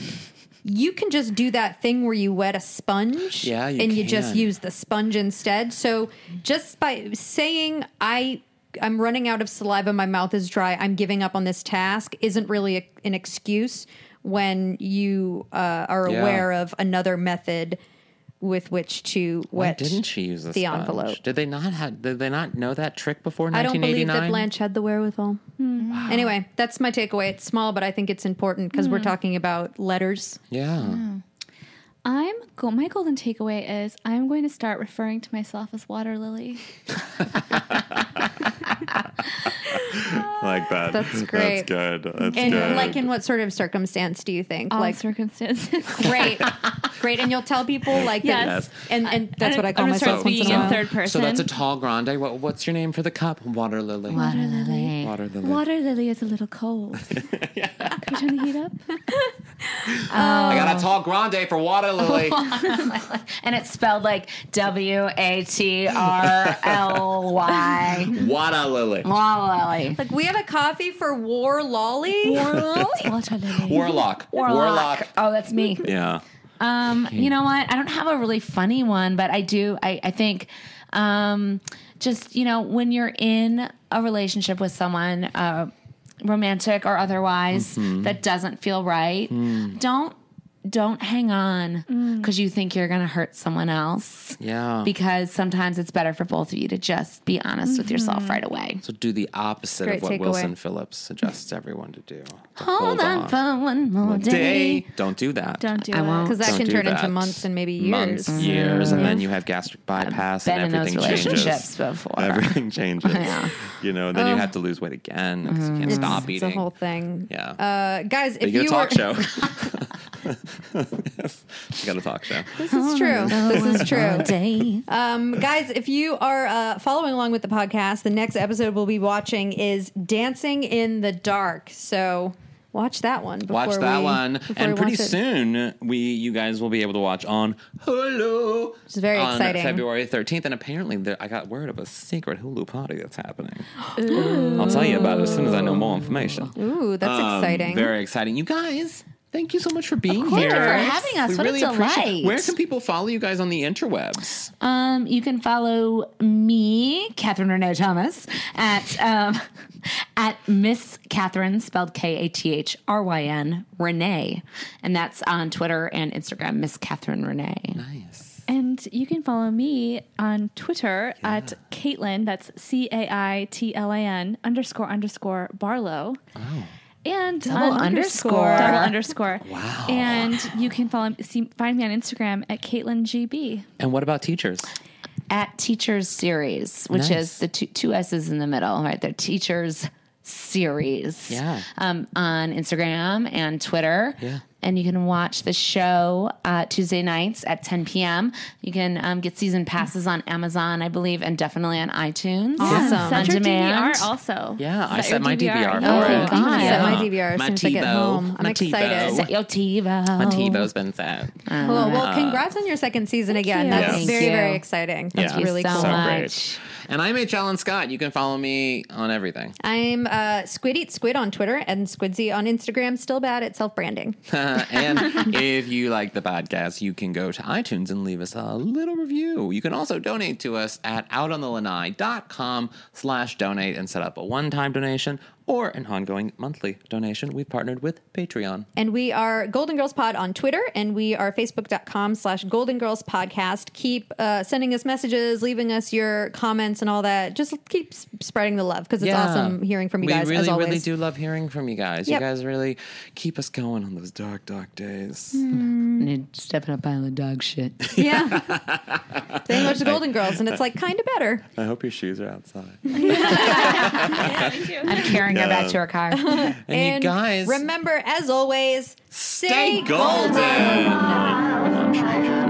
[SPEAKER 2] you can just do that thing where you wet a sponge
[SPEAKER 3] Yeah, you
[SPEAKER 2] and you just
[SPEAKER 3] can.
[SPEAKER 2] use the sponge instead. So just by saying I I'm running out of saliva, my mouth is dry, I'm giving up on this task isn't really a, an excuse when you uh, are
[SPEAKER 3] Yeah.
[SPEAKER 2] aware of another method with which to
[SPEAKER 3] Why
[SPEAKER 2] wet.
[SPEAKER 3] didn't she use a
[SPEAKER 2] the
[SPEAKER 3] sponge?
[SPEAKER 2] envelope.
[SPEAKER 3] Did they not have did they not know that trick before
[SPEAKER 2] I don't believe
[SPEAKER 3] 1989?
[SPEAKER 2] that Blanche had the wherewithal.
[SPEAKER 4] Hmm. Hmm.
[SPEAKER 3] [LAUGHS]
[SPEAKER 2] Anyway, that's my takeaway. It's small, but I think it's important because we're talking about letters.
[SPEAKER 3] Yeah.
[SPEAKER 4] I'm go- my golden takeaway is I'm going to start referring to myself as Water Lily.
[SPEAKER 3] like that.
[SPEAKER 2] That's great.
[SPEAKER 3] That's good. That's
[SPEAKER 2] And
[SPEAKER 3] good.
[SPEAKER 2] like, in what sort of circumstance do you think?
[SPEAKER 4] All
[SPEAKER 2] like, [LAUGHS]
[SPEAKER 4] circumstances.
[SPEAKER 2] great, great, and you'll tell people like
[SPEAKER 4] Yes.
[SPEAKER 2] that, and and that's what I call
[SPEAKER 4] I'm gonna
[SPEAKER 2] myself
[SPEAKER 4] Start
[SPEAKER 2] once
[SPEAKER 4] being
[SPEAKER 2] in a
[SPEAKER 4] in
[SPEAKER 2] while.
[SPEAKER 4] third person.
[SPEAKER 3] So that's a tall grande. What, what's your name for the cup? Water lily. Water,
[SPEAKER 5] Lily.
[SPEAKER 3] lily.
[SPEAKER 4] Water Lily is a
[SPEAKER 2] [LAUGHS]
[SPEAKER 4] little cold. Are you trying to heat up?
[SPEAKER 3] I got a tall grande for water lily.
[SPEAKER 5] And it's spelled like W A T R L Y.
[SPEAKER 3] water lily.
[SPEAKER 5] Wow, Lily.
[SPEAKER 2] Like, we have a coffee for War Lolly. War Lolly.
[SPEAKER 5] Water Lily.
[SPEAKER 3] Warlock. Warlock.
[SPEAKER 5] Oh, that's me.
[SPEAKER 3] Yeah.
[SPEAKER 5] Um, you know what? I don't have a really funny one, but I do. I, I think, um, just you know, when you're in a relationship with someone, uh, romantic or otherwise, that doesn't feel right, don't don't hang on because you think you're gonna hurt someone else.
[SPEAKER 3] Yeah.
[SPEAKER 5] Because sometimes it's better for both of you to just be honest with yourself right away.
[SPEAKER 3] so do the opposite
[SPEAKER 2] Great
[SPEAKER 3] of what
[SPEAKER 2] takeaway.
[SPEAKER 3] Wilson Phillips suggests everyone to do. To
[SPEAKER 5] Hold on for one more day.
[SPEAKER 3] day. Don't do that.
[SPEAKER 4] Don't do
[SPEAKER 5] I
[SPEAKER 4] it.
[SPEAKER 5] won't.
[SPEAKER 2] Because that
[SPEAKER 3] Don't
[SPEAKER 2] can
[SPEAKER 3] do
[SPEAKER 2] turn into
[SPEAKER 3] that.
[SPEAKER 2] months and maybe years.
[SPEAKER 3] Months, years, and then you have gastric bypass,
[SPEAKER 5] Been in
[SPEAKER 3] and
[SPEAKER 5] those
[SPEAKER 3] everything
[SPEAKER 5] relationships
[SPEAKER 3] changes.
[SPEAKER 5] before.
[SPEAKER 3] Everything changes.
[SPEAKER 5] Yeah.
[SPEAKER 3] You know, then you have to lose weight again because you can't stop
[SPEAKER 2] It's
[SPEAKER 3] eating.
[SPEAKER 2] a whole thing.
[SPEAKER 3] Yeah.
[SPEAKER 2] Uh, guys, if
[SPEAKER 3] Make it
[SPEAKER 2] you
[SPEAKER 3] a talk
[SPEAKER 2] were, [LAUGHS]
[SPEAKER 3] show. [LAUGHS] you got a talk show.
[SPEAKER 2] This is
[SPEAKER 4] [LAUGHS]
[SPEAKER 2] true.
[SPEAKER 4] Oh,
[SPEAKER 2] This is true.
[SPEAKER 5] Day.
[SPEAKER 2] Um, guys, if you are uh, following along with the podcast, the next episode we'll be watching is Dancing in the Dark. So watch that one. Before
[SPEAKER 3] watch that
[SPEAKER 2] we-
[SPEAKER 3] one,
[SPEAKER 2] before
[SPEAKER 3] and
[SPEAKER 2] we
[SPEAKER 3] pretty
[SPEAKER 2] watch it.
[SPEAKER 3] soon we you guys will be able to watch on Hulu. It's
[SPEAKER 2] very
[SPEAKER 3] on
[SPEAKER 2] exciting.
[SPEAKER 3] February thirteenth, and apparently there, I got word of a secret Hulu party that's happening. I'll tell you about it as soon as I know more information.
[SPEAKER 2] Ooh, that's
[SPEAKER 3] Um,
[SPEAKER 2] exciting.
[SPEAKER 3] Very exciting, you guys. Thank you so much for being
[SPEAKER 5] course.
[SPEAKER 3] here.
[SPEAKER 5] Thank you for having us.
[SPEAKER 3] We
[SPEAKER 5] What a
[SPEAKER 3] really appreciate-
[SPEAKER 5] delight.
[SPEAKER 3] Where can people follow you guys on the interwebs?
[SPEAKER 5] Um, you can follow me, Catherine Renee Thomas, at um, [LAUGHS] at Miss Catherine, spelled K A T H R Y N Renee, and that's on Twitter and Instagram, Miss Catherine Renee.
[SPEAKER 2] Ah,
[SPEAKER 4] And you can follow me on Twitter at Caitlin, that's C A I T L I N underscore underscore Barlow.
[SPEAKER 3] Oh.
[SPEAKER 4] And double
[SPEAKER 5] underscore.
[SPEAKER 4] Double
[SPEAKER 3] [LAUGHS]
[SPEAKER 4] underscore. Wow. And you can follow see, find me on Instagram at Caitlin GB.
[SPEAKER 3] And what about teachers?
[SPEAKER 5] At Teachers Series, which
[SPEAKER 3] Nice.
[SPEAKER 5] is the two, two S's in the middle, right? They're Teachers Series.
[SPEAKER 3] Yeah.
[SPEAKER 5] Um, on Instagram and Twitter.
[SPEAKER 3] Yeah.
[SPEAKER 5] And you can watch the show uh, Tuesday nights at 10 p.m. You can um, get season passes on Amazon, I believe, and definitely on iTunes.
[SPEAKER 2] Awesome.
[SPEAKER 5] On
[SPEAKER 4] Set your
[SPEAKER 5] demand.
[SPEAKER 4] DVR also.
[SPEAKER 3] Yeah, I
[SPEAKER 4] your
[SPEAKER 3] set my DVR,
[SPEAKER 5] Oh,
[SPEAKER 3] for it.
[SPEAKER 5] God.
[SPEAKER 2] I'm gonna set my
[SPEAKER 3] Yeah.
[SPEAKER 2] DVR as
[SPEAKER 3] My
[SPEAKER 2] soon as I get
[SPEAKER 3] TiVo.
[SPEAKER 2] home. I'm
[SPEAKER 3] My
[SPEAKER 2] excited. Oh.
[SPEAKER 3] TiVo.
[SPEAKER 5] Yo, TiVo.
[SPEAKER 3] My TiVo's been set.
[SPEAKER 2] Well, well, congrats on your second season again.
[SPEAKER 4] you.
[SPEAKER 2] That's
[SPEAKER 3] Yes.
[SPEAKER 2] very,
[SPEAKER 5] Thank you.
[SPEAKER 2] very exciting. That's
[SPEAKER 5] you
[SPEAKER 2] really
[SPEAKER 5] so
[SPEAKER 2] cool.
[SPEAKER 5] much.
[SPEAKER 3] And I'm H. Allen Scott. You can follow me on everything.
[SPEAKER 2] I'm uh, Squid Eat Squid on Twitter and Squidzy on Instagram. Still bad at self branding.
[SPEAKER 3] Uh,
[SPEAKER 2] [LAUGHS]
[SPEAKER 3] and if you like the podcast, you can go to iTunes and leave us a little review. You can also donate to us at outonthelanai.com slash donate and set up a one-time donation or an ongoing monthly donation. We've partnered with Patreon.
[SPEAKER 2] And we are Golden Girls Pod on Twitter, and we are facebook.com slash Golden Girls Podcast. Keep uh, sending us messages, leaving us your comments, and all that. Just keep s- spreading the love because it's awesome hearing from you guys,
[SPEAKER 3] We really,
[SPEAKER 2] as always.
[SPEAKER 3] really do love hearing from you guys.
[SPEAKER 2] Yep.
[SPEAKER 3] You guys really keep us going on those dark, dark days.
[SPEAKER 5] And stepping up island dog shit.
[SPEAKER 2] [LAUGHS]
[SPEAKER 3] [LAUGHS]
[SPEAKER 2] Yeah. They watch the Golden Girls, and it's like kind of better.
[SPEAKER 3] I hope your shoes are outside.
[SPEAKER 5] I'm carrying her back to her car.
[SPEAKER 3] And, you guys
[SPEAKER 2] remember, as always,
[SPEAKER 3] stay golden.